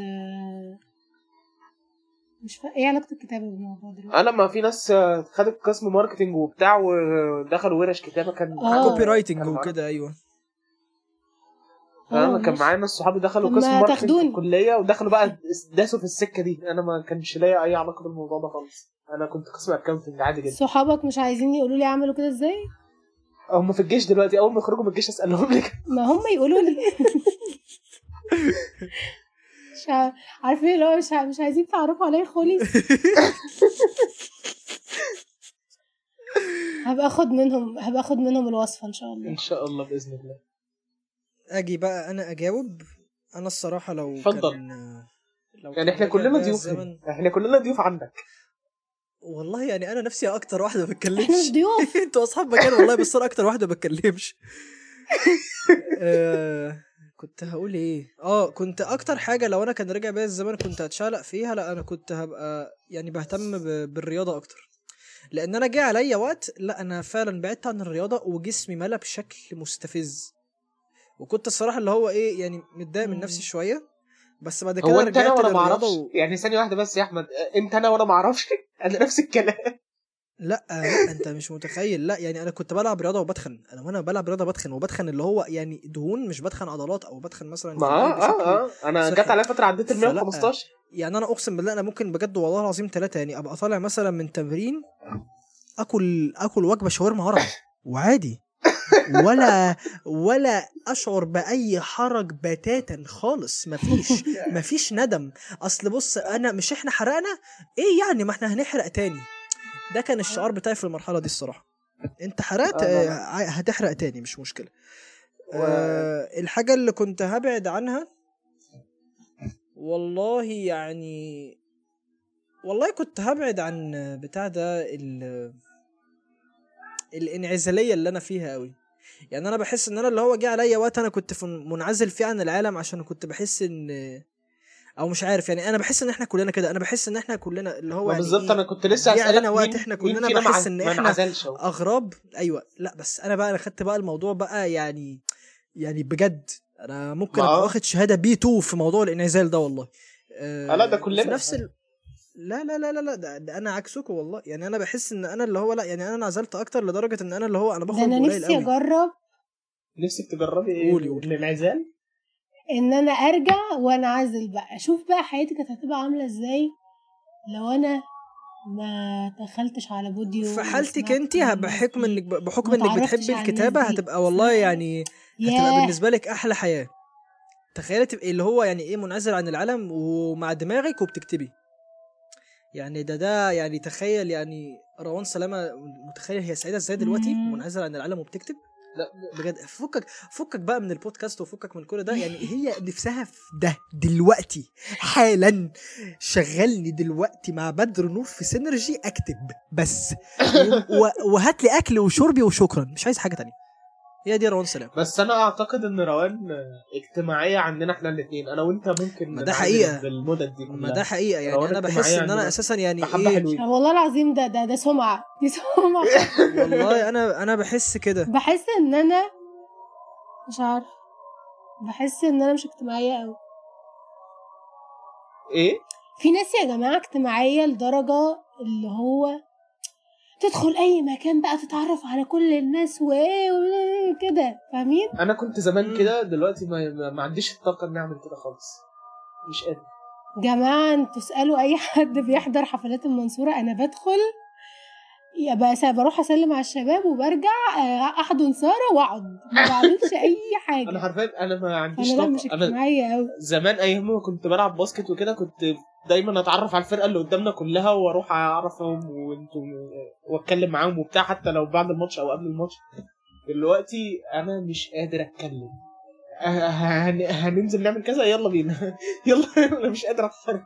B: مش فا... ايه علاقة الكتابة بالموضوع دلوقتي؟
C: اه لما في ناس آه، خدت قسم ماركتينج وبتاع ودخلوا ورش كتابه كان
B: آه.
A: كوبي رايتنج
C: كان معانا-
A: وكده ايوه
B: آه،
C: انا كان
B: ماشي.
C: معايا ناس صحابي دخلوا
B: آه، طب
C: قسم
B: ما
C: ماركتينج في
B: تاخدوني.
C: الكليه ودخلوا بقى داسوا في السكه دي انا ما كانش ليا اي علاقه بالموضوع ده خالص انا كنت قسم اكونتنج عادي جدا
B: صحابك مش عايزين يقولوا لي اعملوا كده ازاي؟
C: هم في الجيش دلوقتي اول ما يخرجوا من الجيش اسالهم لك *laughs*
B: ما هم يقولوا لي مش ع- عارفين اللي هو مش ع- مش عايزين تعرفوا عليا
C: *laughs*
B: خالص هبقى اخد منهم هبقى اخد منهم الوصفة ان شاء الله
C: ان شاء الله باذن الله
A: اجي بقى انا اجاوب انا الصراحه لو
C: اتفضل.
A: كان لو
C: يعني احنا
A: كان
C: كلنا
A: رجع
C: ضيوف
A: بيا الزمن-
C: هنا. احنا كلنا ضيوف عندك
A: والله يعني انا نفسي اكتر واحده
C: *laughs*
A: ما
B: احنا مش
A: بتكلمش *laughs*
B: ضيوف
A: انتوا اصحاب مكان والله بس انا اكتر واحده ما
C: *laughs*
A: بتكلمش آه، كنت هقول ايه اه كنت اكتر حاجه لو انا كان رجع بيا الزمن كنت هتشعلق فيها لا انا كنت هبقى يعني بهتم ب- بالرياضه اكتر لان انا جه عليا وقت لا انا فعلا بعدت عن الرياضه وجسمي ملى بشكل مستفز وكنت الصراحه اللي هو ايه يعني متضايق من نفسي
B: مم.
A: شويه بس بعد
C: هو
A: كده
C: انت انا
A: رجعت
C: وانا ما
A: للرياضه
C: اعرفش
A: و...
C: يعني ثانيه واحده بس يا احمد اه، انت انا وانا ما *laughs* اعرفش انا نفس الكلام
A: لا لا انت مش متخيل لا يعني انا كنت بلعب رياضه وبتخن انا وانا بلعب رياضه بتخن وبتخن اللي هو يعني دهون مش بتخن عضلات او بتخن مثلا
C: *laughs* ما
A: دهون
C: اه
A: بشكل-
C: اه اه انا
A: صحي.
C: جت عليا فتره عديت ال
A: فلا.
C: 115
A: يعني انا اقسم بالله انا ممكن بجد والله العظيم ثلاثه يعني ابقى طالع مثلا من تمرين اكل اكل وجبه شاورما عربي *laughs* وعادي ولا ولا اشعر باي حرج بتاتا خالص مفيش مفيش ندم اصل بص انا مش احنا حرقنا ايه يعني ما احنا هنحرق تاني ده كان الشعار بتاعي في المرحله دي الصراحه انت حرقت
C: آه،
A: آه،
C: لا،
A: هتحرق تاني مش مشكله
C: و-
A: آه، الحاجة اللي كنت هبعد عنها والله يعني والله كنت هبعد عن بتاع ده ال الانعزالية اللي أنا فيها أوي يعني أنا بحس إن أنا اللي هو جه عليا وقت أنا كنت في منعزل فيه عن العالم عشان كنت بحس إن او مش عارف يعني انا بحس ان احنا كلنا كده انا بحس ان احنا كلنا اللي هو
C: ما
A: يعني
C: بالظبط
A: إيه،
C: انا كنت لسه
A: جه
C: هسألك
A: علينا وقت
C: مين-
A: إحنا
C: مين
A: كلنا
C: فينا ما
A: بحس
C: عز-
A: إن
C: ما
A: إحنا-
C: انعزلش أهو.
A: اغراب ايوه لا بس انا بقى انا خدت بقى الموضوع بقى يعني يعني بجد انا ممكن
C: ما
A: ابقى
C: آه.
A: واخد شهاده بي 2 في موضوع الانعزال ده والله آه
C: آه، لا، ده
A: وفي
C: كلنا.
A: نفس ال... لا لا لا لا لا ده, ده انا عكسكم والله يعني انا بحس ان انا اللي هو لا يعني انا انعزلت اكتر لدرجه ان انا اللي هو انا بخرج
B: ده انا
A: قليل
B: نفسي
A: قوي.
B: اجرب
C: نفسك تجربي ايه
A: قولي، قولي.
C: الانعزال
B: ان انا ارجع وانعزل بقى اشوف بقى حياتي كانت هتبقى عامله ازاي لو انا ما دخلتش على بوديو
A: في
B: وما
A: حالتك
B: سمعتش
A: انت
B: عن
A: بحكم
B: الناس
A: انك
B: دي.
A: بحكم
B: ما
A: انك
B: اتعرفتش
A: بتحبي
B: على
A: الكتابه
B: الناس دي.
A: هتبقى والله يعني هتبقى
B: ياه.
A: بالنسبه لك احلى حياه تخيلي تبقي اللي هو يعني ايه منعزل عن العالم ومع دماغك وبتكتبي يعني ده ده يعني تخيل يعني روان سلامه متخيل هي سعيده ازاي دلوقتي
B: مم.
A: منعزله عن العالم وبتكتب
C: لا
A: بجد فكك فكك بقى من البودكاست وفكك من كل ده
B: *laughs*
A: يعني هي نفسها في ده دلوقتي حالا شغلني دلوقتي مع بدر نور في سينرجي اكتب بس
B: *laughs*
A: و- وهات لي اكل وشربي وشكرا مش عايز حاجه تانية هي دي روان سلام
C: بس انا اعتقد ان روان اجتماعيه عندنا احنا الاثنين انا وانت ممكن
A: ما ده
C: ننعزل
A: حقيقة.
C: بالمدد دي
A: ما
C: كلها
A: ده حقيقه يعني
C: روان
A: انا بحس
C: اجتماعية
A: ان انا
C: عندنا.
A: اساسا يعني
C: فحبة
A: ايه
C: حلوين
B: آه والله العظيم ده ده ده سمعه *laughs* دي سمعه
A: والله انا انا بحس كده
B: بحس ان انا مش عارف بحس ان انا مش اجتماعيه قوي
C: ايه
B: في ناس يا جماعه اجتماعيه لدرجه اللي هو تدخل اي مكان بقى تتعرف على كل الناس وايه وكده فاهمين
C: انا كنت زمان
A: مم.
C: كده دلوقتي ما, ما- ما عنديش الطاقه اني اعمل كده خالص مش قادر
B: جماعه انتوا اسالوا اي حد بيحضر حفلات المنصوره انا بدخل يا بس بروح اسلم على الشباب وبرجع آه، احضن ساره واقعد ما بعملش اي
C: انا
B: حاجه
C: حرفيا انا ما عنديش
B: انا لا مش
C: طاقه انا
B: اجتماعيه قوي
C: زمان ايام ما كنت بلعب باسكت وكده كنت دايما اتعرف على الفرقه اللي قدامنا كلها واروح اعرفهم وانتم واتكلم معاهم وبتاع حتى لو بعد الماتش او قبل الماتش دلوقتي انا مش قادر اتكلم أه- هن- هننزل نعمل كذا يلا بينا *laughs* يلا انا مش قادر اتحرك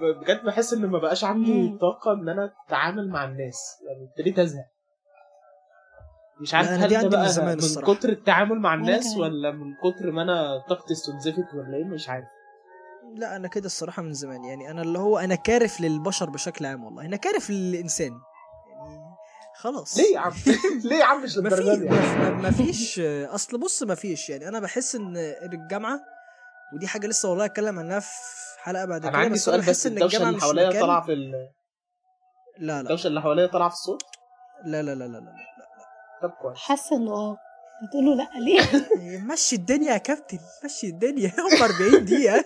C: ب- بجد بحس ان ما بقاش عندي
B: مم.
C: طاقه ان انا اتعامل مع الناس يعني ابتديت ازهق مش عارف
A: لا، أنا
C: هل
A: دي
C: ده
A: عندي من
C: بقى
A: زمان
C: من
A: الصراحة.
C: كتر التعامل
A: أيوة
C: مع الناس
B: كمان.
C: ولا من كتر ما انا طاقتي استنزفت ولا ايه مش عارف
A: لا انا كده الصراحه من زمان يعني انا اللي هو انا كارف للبشر بشكل عام والله انا كارف للانسان يعني خلاص
C: ليه يا عم *laughs* ليه يا عم مش
A: ما في
C: للدرجه دي يعني؟
A: ما- ما فيش اصل بص ما فيش يعني انا بحس ان الجامعه ودي حاجه لسه والله اتكلم عنها في حلقه بعد
C: انا
A: كده
C: عندي
A: بس انا
C: سؤال
A: بحس
C: بس
A: ان
C: الدوشه
A: الجامعه
C: اللي
A: مش
C: حواليا
A: مكان-
C: طالعه في ال-
A: لا لا
C: الدوشه اللي حواليا طالعه في الصوت
A: لا لا لا لا, لا.
C: طب كويس
B: حاسه انه اه بتقوله لا ليه *laughs*
A: إيه، مشي الدنيا يا كابتن مشي الدنيا *laughs* هم 40 دقيقه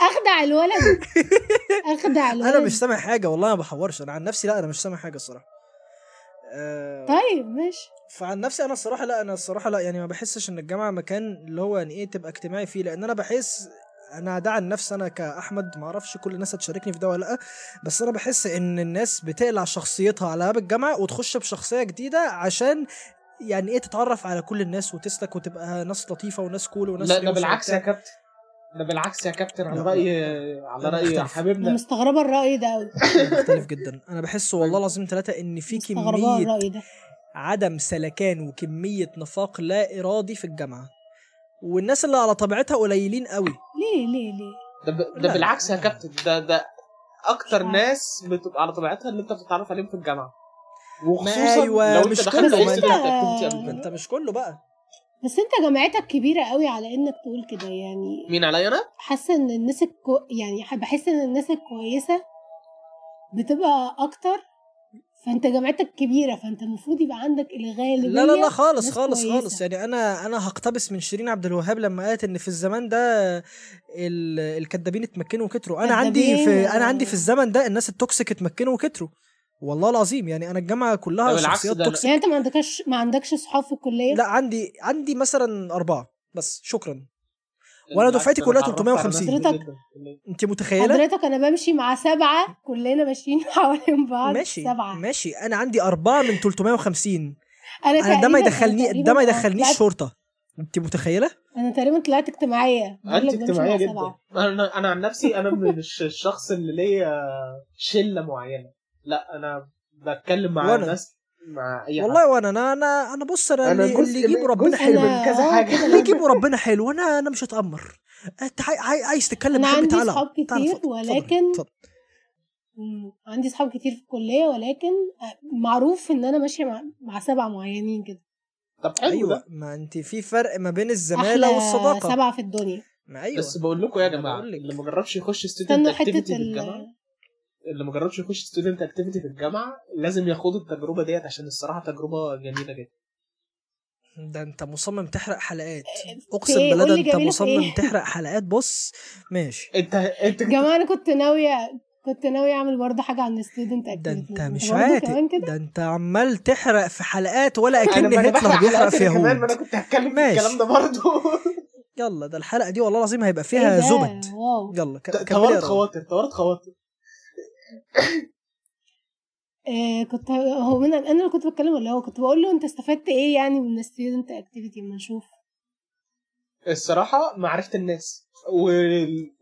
B: اخدع الولد اخدع الولد
A: انا مش سامع حاجه والله ما بحورش انا عن نفسي لا انا مش سامع حاجه الصراحه آه،
B: طيب ماشي
A: فعن نفسي انا الصراحه لا انا الصراحه لا يعني ما بحسش ان الجامعه مكان اللي هو يعني ايه تبقى اجتماعي فيه لان انا بحس انا ده عن نفسي انا كاحمد ما اعرفش كل الناس هتشاركني في ده ولا لا بس انا بحس ان الناس بتقلع شخصيتها على باب الجامعه وتخش بشخصيه جديده عشان يعني ايه تتعرف على كل الناس وتسلك وتبقى ناس لطيفه وناس كول وناس
C: لا ده
A: روشة
C: بالعكس يا
A: وبتاع.
C: كابتن ده بالعكس يا كابتن على
A: لا، لا.
C: راي على راي
A: مختلف.
B: انا
C: حبيبنا
B: مستغربه الراي ده قوي
A: أنا مختلف جدا انا بحس
C: طيب.
A: والله العظيم ثلاثه ان في
B: مستغربه
A: كميه
B: الراي ده
A: عدم سلكان وكميه نفاق لا ارادي في الجامعه والناس اللي على طبيعتها قليلين قوي
B: ليه ليه ليه
C: ده, ب...
A: لا،
C: ده بالعكس يا
A: لا.
C: كابتن ده ده اكتر
B: مش عارف.
C: ناس بتبقى على طبيعتها اللي انت بتتعرف عليهم في الجامعه
A: ما
C: وخصوصا
A: أيوة،
C: لو انت
A: مش
C: دخلت
A: كله، ما
C: وسط
A: أنت-
C: الاكتيفيتي قبل
A: ما
C: كده
A: انت مش كله بقى
B: بس انت جامعتك كبيره قوي على انك تقول كده يعني
C: مين عليا انا؟
B: حاسه ان الناس الكو... يعني ح- بحس ان الناس الكويسه بتبقى اكتر فانت جامعتك كبيره فانت المفروض يبقى عندك الغالبيه
A: لا لا لا خالص
B: ناس
A: خالص
B: كويسة.
A: خالص يعني انا انا هقتبس من شيرين عبد الوهاب لما قالت ان في الزمان ده ال- الكدابين اتمكنوا وكتروا انا عندي في
B: كدابين.
A: انا عندي في الزمن ده الناس التوكسيك اتمكنوا وكتروا والله العظيم يعني انا الجامعه
C: ده
A: كلها
C: بالعكس
A: شخصيات
C: ده أنا-
A: توكسيك
B: يعني انت ما عندكش ما عندكش صحاب في الكليه
A: لا عندي عندي مثلا اربعه بس شكرا وأنا دفعتي
C: بالعكس،
A: كلها
C: أنا اتعرفت
A: 350.
C: على ناس كتير
B: حضرتك-
C: جداً.
A: انت متخيله
B: حضرتك انا بمشي مع سبعه كلنا ماشيين *laughs* حوالين بعض
A: ماشي
B: سبعه
A: ماشي انا عندي اربعه من 350
B: انا,
A: انا ده ما
B: تقريباً- يعني
A: يدخلني
B: تقريباً
A: ده ما
B: طلعت-
A: يدخلنيش شرطه انت متخيله
B: انا تقريبا طلعت اجتماعيه بقول
C: انت
B: لك بمشي مع
C: اجتماعيه جدا
B: سبعة.
C: انا انا عن نفسي انا مش الشخص اللي ليا شله معينه لا انا بتكلم مع
A: وأنا.
C: ناس مع اي حد
A: والله وانا انا انا انا بص انا,
C: أنا
A: اللي,
C: جزء
A: اللي يجيبه
C: من-
A: ربنا
C: جزء
A: حلو
C: من كذا
B: آه،
C: حاجة.
B: كده
A: اللي
B: أنا-
A: يجيبه ربنا حلو وانا انا مش هتامر انت عاي- عاي- عايز تتكلم
B: أنا
A: حلو
B: عندي
A: تعالى
B: صحاب
A: اقعد. تعالى
B: كتير
A: اتفضل، اتفضل،
B: ولكن-
A: اتفضل.
B: مم. عندي صحاب كتير في الكلية ولكن آه، معروف ان انا ماشية مع, مع سبعة معينين كده
C: طب حلو
A: ايوه
C: ده
A: ما انت في فرق ما بين
B: أحلى
A: الزماله والصداقه
B: آه، سبعة في الدنيا
A: ما ايوه
C: بس بقول لكم يا
A: أنا
C: جماعه
A: بقول لك.
C: اللي ما جربش يخش ستودنت
B: استنوا حتة
C: اكتيفيتي في
B: ال
C: الجامعه اللي ما جربش يخش ستودنت اكتيفيتي في الجامعه لازم ياخدوا التجربه ديت عشان الصراحه تجربه جميله جدا
A: ده انت مصمم تحرق حلقات
B: في
A: اقسم
B: إيه؟ قول
A: بالله
B: لي
A: ده انت
B: جميلة في
A: مصمم
B: إيه؟
A: تحرق حلقات بص ماشي
C: انت انت
B: جماعة انا كنت ناوية كنت ناوية اعمل برضه حاجة عن student activity
A: ده انت مش
B: برضه
A: عاتق
B: طيب، كمان كده
A: ده انت عمال تحرق في حلقات ولا
C: انا
A: اكن
C: ما انا بحرق
A: هتلر بيحرق
C: حلقات
A: في
C: أنا كمان ما
A: يهود
C: انا كنت هتكلم في
A: ماشي.
C: الكلام ده برضه
A: يلا ده الحلقه دي والله العظيم هيبقى
B: إيه
A: فيها
B: ده؟
A: زبد
B: واو
A: يلا
C: *laughs*
A: ك- كملي يا
C: طورت
A: رنا.
C: خواطر طورت خواطر
B: آه كنت هو من انا اللي كنت بتكلم ولا هو كنت بقول له انت استفدت ايه يعني من student activity اما نشوف *laughs*
C: الصراحه معرفه الناس و...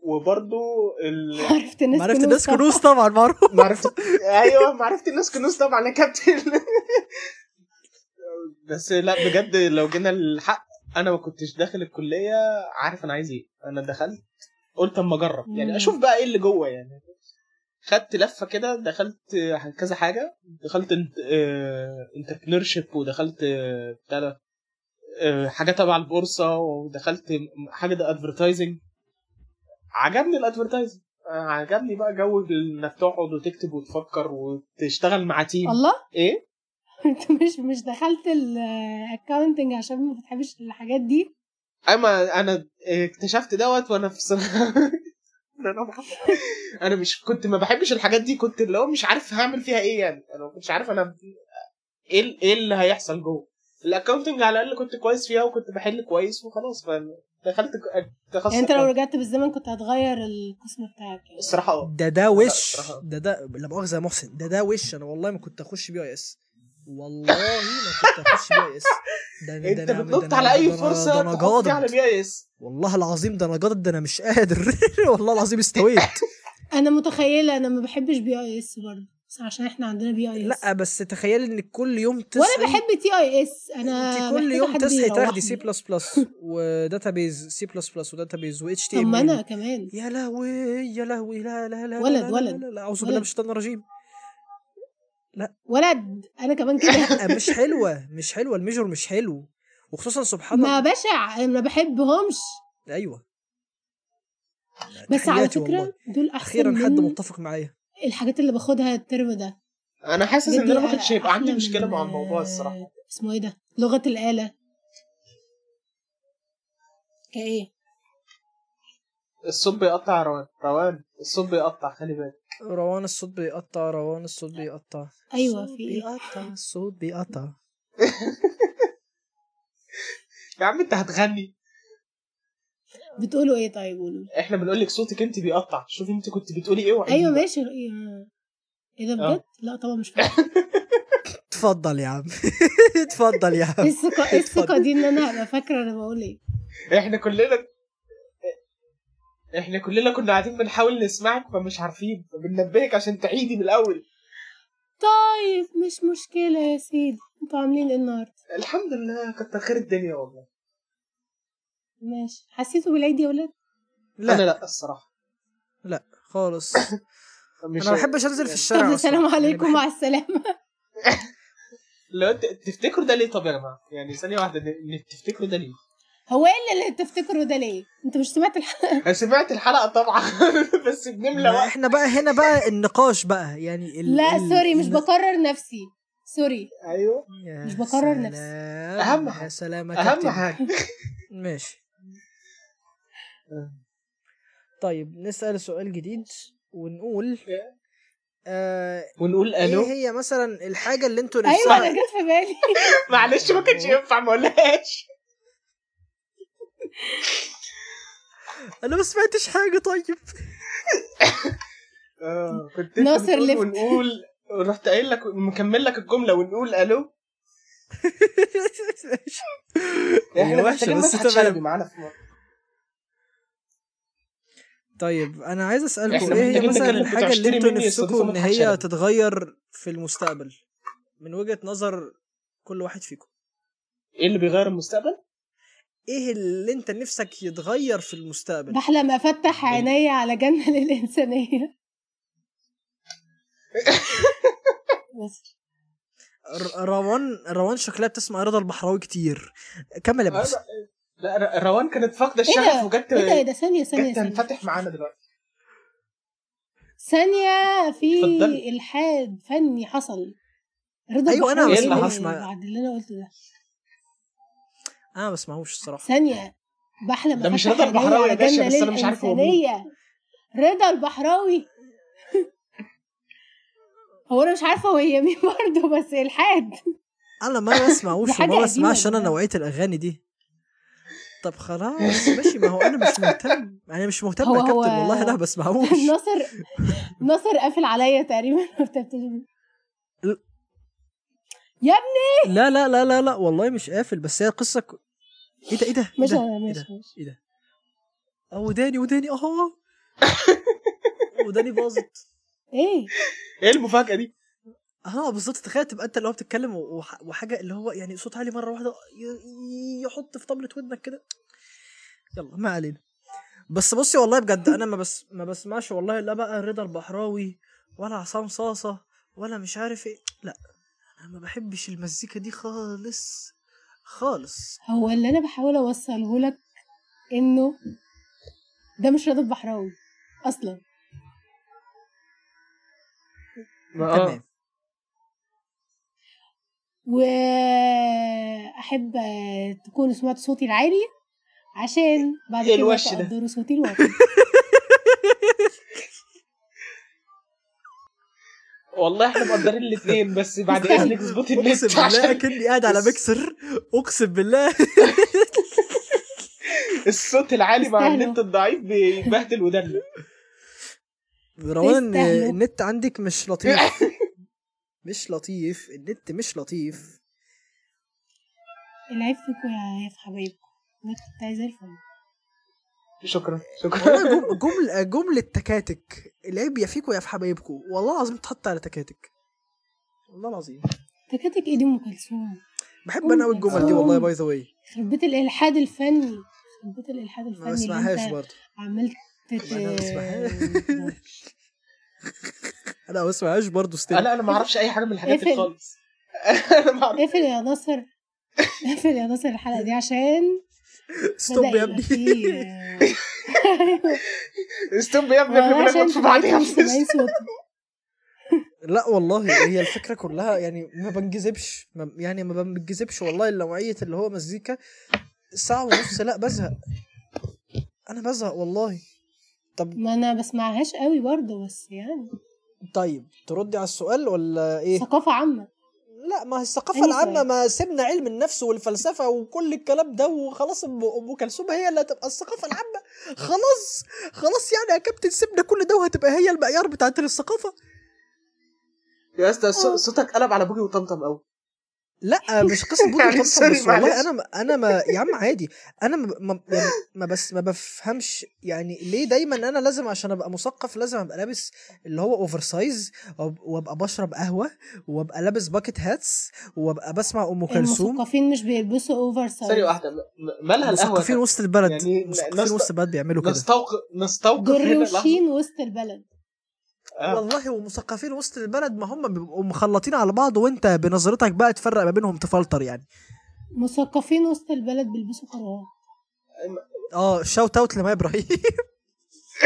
C: وبرضه ال...
B: عرفت الناس
A: معرفه
B: كلهم
A: الناس
B: صح.
A: كنوز طبعا
C: *laughs*
A: معروف
C: معرفة ايوه معرفة الناس كنوز طبعا يا كابتن بس لا بجد لو جينا للحق انا ما كنتش داخل الكليه عارف انا عايز ايه انا دخلت قلت اما اجرب يعني
B: مم.
C: اشوف بقى ايه اللي جوه يعني خدت لفه كده دخلت كذا حاجه دخلت انتربرنور شيب ودخلت آه، بتاع ده، آه، حاجه تبع البورصه ودخلت حاجه ده ادفرتايزنج عجبني الادفرتايزنج عجبني بقى جو انك تقعد وتكتب وتفكر وتشتغل مع تيم
B: *laughs* الله
C: ايه
B: انت مش مش دخلت الاكونتنج عشان ما بتحبش الحاجات دي
C: اما انا اكتشفت دوت وانا في سنه *laughs* انا بحب- انا مش كنت ما بحبش الحاجات دي كنت اللي هو مش عارف هعمل فيها ايه يعني انا ما كنتش عارف انا ايه ال- ايه اللي هيحصل جوه الاكونتنج على الاقل كنت كويس فيها وكنت بحل كويس وخلاص فدخلت تخصص
B: يعني انت لو رجعت بالزمن كنت هتغير القسم بتاعك يعني.
C: الصراحه اه
A: ده ده وش
C: صراحة.
A: ده ده لا مؤاخذه يا محسن ده ده وش انا والله ما كنت اخش بي اي اس والله ما كنت اخش بي اي اس
C: *laughs*
A: ده أنا- ده
C: انت
A: أنا- ده
C: إيه، بتنط
A: أنا-
C: على اي
A: ده أنا- ده
C: فرصه
A: انا
C: تحط فيها على
A: جاضد
C: بي اي اس
A: والله العظيم ده انا جاضد ده انا مش قادر *laughs* والله العظيم
B: *laughs*
A: استويت
B: إيه. انا متخيله انا ما بحبش بي اي اس برضه بس عشان احنا عندنا بي اي اس
A: لا بس تخيلي انك كل يوم تصحي
B: ولا بحب تي اي اس انا
A: انت كل
B: محتاجة
A: يوم
B: حد
A: تصحي تاخدي
B: يروحني.
A: سي بلس بلس
B: *laughs*
A: وداتابيز سي بلس بلس وداتابيز واتش تي
B: طب
A: ام
B: ما
A: ال
B: انا كمان
A: يا لهوي يا لهوي لا لا لا
B: ولد-
A: لا لا
B: ولد.
A: لا لا اعوذ
B: ولد.
A: بالله من الشيطان الرجيم
B: ولد انا
A: *laughs*
B: كمان كده
A: لا آه، مش حلوه مش حلوه الميجور مش حلو وخصوصا سبحان
B: ما
A: الله
B: بشع انا ما بحبهمش
A: ايوه
B: بس على
A: تحياتي
B: فكره
A: والله.
B: دول احسن
A: اخيرا حد
B: من
A: متفق معايا
B: الحاجات اللي باخدها الترم ده
C: انا حاسس ان
B: بدي
C: انا ما كنتش هيبقى عندي
B: أحلى
C: مشكله
B: من-
C: مع الموضوع الصراحه
B: اسمه ايه ده لغه الاله كايه
C: الصب يقطع روان روان الصب يقطع خلي بالك
A: روان الصوت بيقطع روان الصوت بيقطع
B: ايوه
A: الصوت
B: في ايه
A: بيقطع الصوت بيقطع
C: يا عم انت هتغني
B: بتقولوا ايه طيب قولوا
C: احنا بنقول لك صوتك انت بيقطع شوفي انت كنت بتقولي ايه وعيدي
A: أيوة،
B: ايوه
C: بقى.
B: ماشي ايه آه. إيه ده
C: آه.
B: بجد لا طبعا مش فاهم
A: اتفضل يا عم *laughs* اتفضل يا
B: *laughs* ايه
A: عم
B: الثقه ايه الثقه دي ان انا هبقى فاكره انا بقول ايه
C: احنا كلنا احنا كلنا كنا قاعدين بنحاول نسمعك فمش عارفين فبننبهك عشان تعيدي من الاول
B: طيب مش مشكله يا سيدي انتوا عاملين ايه النهارده
C: الحمد لله كتر خير الدنيا والله
B: ماشي حسيتوا بالعيد يا ولاد
A: لا.
C: انا لا الصراحه
A: لا خالص
C: مش
A: انا ما بحبش انزل في الشارع
B: طب
A: أصلاً.
B: السلام
A: يعني
B: عليكم
A: بحب-
B: مع السلامه
C: لو انت تفتكروا ده ليه طب يا جماعه يعني ثانيه واحده ن- ن- تفتكروا ده ليه
B: هو ايه اللي- اللي تفتكروا ده ليه انت مش سمعت الحلقه
C: انا سمعت الحلقه طبعا *laughs* بس بنملى
A: ما
C: وقت
A: احنا بقى هنا بقى النقاش بقى يعني ال...
B: لا
A: ال-
B: سوري مش
A: ال-
B: بكرر نفسي سوري
C: ايوه
A: يا
B: مش بكرر نفسي.
A: سلام،
C: أهم
A: يا
C: حاجة.
A: سلام يا
C: اهم
A: كابتن.
C: حاجه
A: ماشي طيب نسأل سؤال جديد ونقول آه
C: ونقول الو
A: ايه هي مثلا الحاجة اللي انتوا
C: أيوة،
B: ايوه
A: نفسها
B: انا جت في
A: *laughs*
B: بالي
C: معلش ما كانش ينفع ما اقولهاش
A: انا ما سمعتش حاجة طيب
C: آه، كنت
B: ناصر
C: ناصر
B: لفت.
C: ونقول رحت قايل لك مكمل لك الجمله
A: *laughs*
C: ونقول الو
A: ماشي. هي
C: احنا
A: وحشة
C: محتاجين
A: بس
C: مدحت شلبي
A: تمام
C: معانا في مره
A: طيب انا عايز
C: إحنا
A: اسألكم ايه هي
C: محتاجين
A: مثلا
C: نتكلم،
A: الحاجة اللي
C: بتشتري
A: انتوا
C: مني يا صديقي
A: نفسكم ان
C: مدحت
A: هي
C: شلبي.
A: تتغير في المستقبل من وجهه نظر كل واحد فيكم
C: ايه اللي بيغير المستقبل
A: ايه اللي انت نفسك يتغير في المستقبل
B: بحلم
A: طيب.
B: افتح عيني على جنه
A: *laughs*
B: للانسانيه بس
A: ر- روان روان شكلها بتسمع رضا البحراوي كتير كمل يا بس
C: لا ر- روان كانت فاقده
B: إيه
C: الشغف
B: ده؟
C: وجت
B: ايه ده ده ثانيه ثانيه
C: جت
B: ثانيه
C: تنفتح معانا دلوقتي
B: ثانيه في
C: اتفضلي.
B: الحاد فني حصل رضا
A: أيوة، أنا
B: البحراوي
C: ما
B: اللي-
A: بسمعهاش مع-
B: بعد اللي انا قلته ده
A: انا ما بسمعهوش الصراحه
B: ثانيه بحلم
C: ده مش
B: أفتح
C: رضا
B: عيني
C: البحراوي يا
B: على
C: باشا،
B: جنة
C: بس أنا مش عارف هو مين.
B: للإنسانية. رضا البحراوي هو انا مش عارفه هو هي مين برضه بس الحاد
A: انا ما
B: *laughs*
A: بسمعوش
B: دي حاجة
A: وما
B: قديمة
A: بسمعش انا
B: جدا.
A: نوعيه الاغاني دي طب خلاص ماشي ما هو انا مش مهتم انا مش مهتم
B: هو-
A: يا كابتن
B: هو-
A: والله انا ما
B: *laughs*
A: بسمعوش
B: ناصر ناصر قافل عليا تقريبا *laughs* وانت
A: إيه
B: بتقول
A: لا لا لا لا لا والله مش قافل بس هي قصه ك... ايه ده ايه ده ايه
B: ماشي
A: ده
B: ماشي
A: ده؟
B: ماشي
A: اه وداني وداني اه وداني باظت
B: ايه
C: ايه المفاجاه دي
A: اه بالظبط تخيل تبقى انت اللي هو بتتكلم وح- وحاجه اللي هو يعني صوت عالي مره واحده ي- يحط في طبله ودنك كده يلا ما علينا بس بصي والله بجد انا ما بس ما بسمعش والله لا بقى رضا البحراوي ولا عصام صاصه ولا مش عارف ايه لا انا ما بحبش المزيكا دي خالص خالص
B: هو اللي انا بحاول اوصله لك انه ده مش رضا البحراوي اصلا
C: ما
A: تمام
C: آه.
B: واحب تكونوا سمعتوا صوتي العالي عشان بعد
C: إيه
B: كده
C: الوش ده؟
B: تقدروا صوتي
A: *laughs*
B: الواطي
C: والله احنا مقدرين الاثنين بس بعد اذنك اظبطي النت
A: اقسم بالله
C: عشان
A: اكني قاعد على مكسر اقسم بالله
C: الصوت العالي مع
B: يستاهلوا.
C: النت الضعيف بيبهدل ودنا
A: روان
B: تستاهلوا.
A: النت عندك مش
C: طيب. *laughs*
A: لطيف مش لطيف النت مش لطيف
B: العيب فيكم يا في حبايبكم انا كنت عايزه الفل
C: شكرا شكرا
A: والله جم- جملة جملة تكاتك العيب يا فيكوا يا في حبايبكوا والله العظيم اتحط على تكاتك والله العظيم
B: تكاتك ايه دي ام كلثوم
A: بحب انا قوي الجمل دي والله باي ذا واي
B: يخرب بيت الالحاد الفني يخرب بيت الالحاد الفني
A: ما
B: اللي
A: بسمعهاش
B: انت
A: برضه
B: عملت تت...
A: أنا ما بسمعهاش. انا ما بسمعهاش برضه ستيل
C: انا انا ما اعرفش اي حاجه من الحاجات دي
B: اقفل.
C: خالص *laughs* انا ما اعرف
B: *laughs* اقفل يا ناصر اقفل يا ناصر الحلقه دي عشان
A: ستوب
B: بدأ
A: يا
B: يبقى
A: ابني *laughs*
B: فيه- *laughs*
C: استوب يا ابني
B: والله
C: قبل ما
B: عشان طيب.
C: في
B: تبقى
C: بعضيها
B: انت
C: في
B: سامعين
C: الست.
B: صوت
A: لا والله هي الفكره كلها يعني ما بنجذبش ما يعني ما بنجذبش والله لنوعيه اللي هو مزيكا ساعه ونص لا بزهق انا بزهق والله طب
B: ما انا بسمعهاش قوي برضه بس يعني
A: طيب تردي على السؤال ولا ايه
B: ثقافه عامه
A: لا ما هي الثقافه
B: أي
A: العامه
C: طيب؟
B: سؤال.
A: ما سيبنا علم النفس والفلسفه وكل الكلام ده وخلاص ام أم كلثوم هي اللي هتبقى الثقافه العامه خلاص خلاص يعني يا كابتن سيبنا كل ده وهتبقى هي المعيار بتاعت الثقافه
C: يا اسطى صو- صوتك قلب على بوجي وطمطم قوي
A: لا مش قصه بوجي
C: *laughs* يعني
A: وطمطم
C: سوري
A: بس والله
C: معلش.
A: انا ما انا ما يا عم عادي انا ما ما, يعني ما بس ما بفهمش يعني ليه دايما انا لازم عشان ابقى مثقف لازم ابقى لابس اللي هو اوفر سايز وأب- وابقى بشرب قهوه وابقى لابس باكت هاتس وابقى بسمع ام كلثوم
B: المثقفين مش بيلبسوا اوفر
C: ثانيه
B: سايز
C: واحده م- مالها القهوه
A: مثقفين وسط البلد
C: يعني
A: مثقفين
C: نست-
A: وسط البلد بيعملوا كده
C: نستوقف نستوقف هنا لحظه
B: جروشين وسط البلد
C: آه.
A: والله ومثقفين وسط البلد ما هم بيبقوا مخلطين على بعض وانت بنظرتك بقى تفرق ما بينهم تفلتر يعني
B: مثقفين وسط البلد بيلبسوا قرارات
A: اه شاوت اوت لمي *laughs* ابراهيم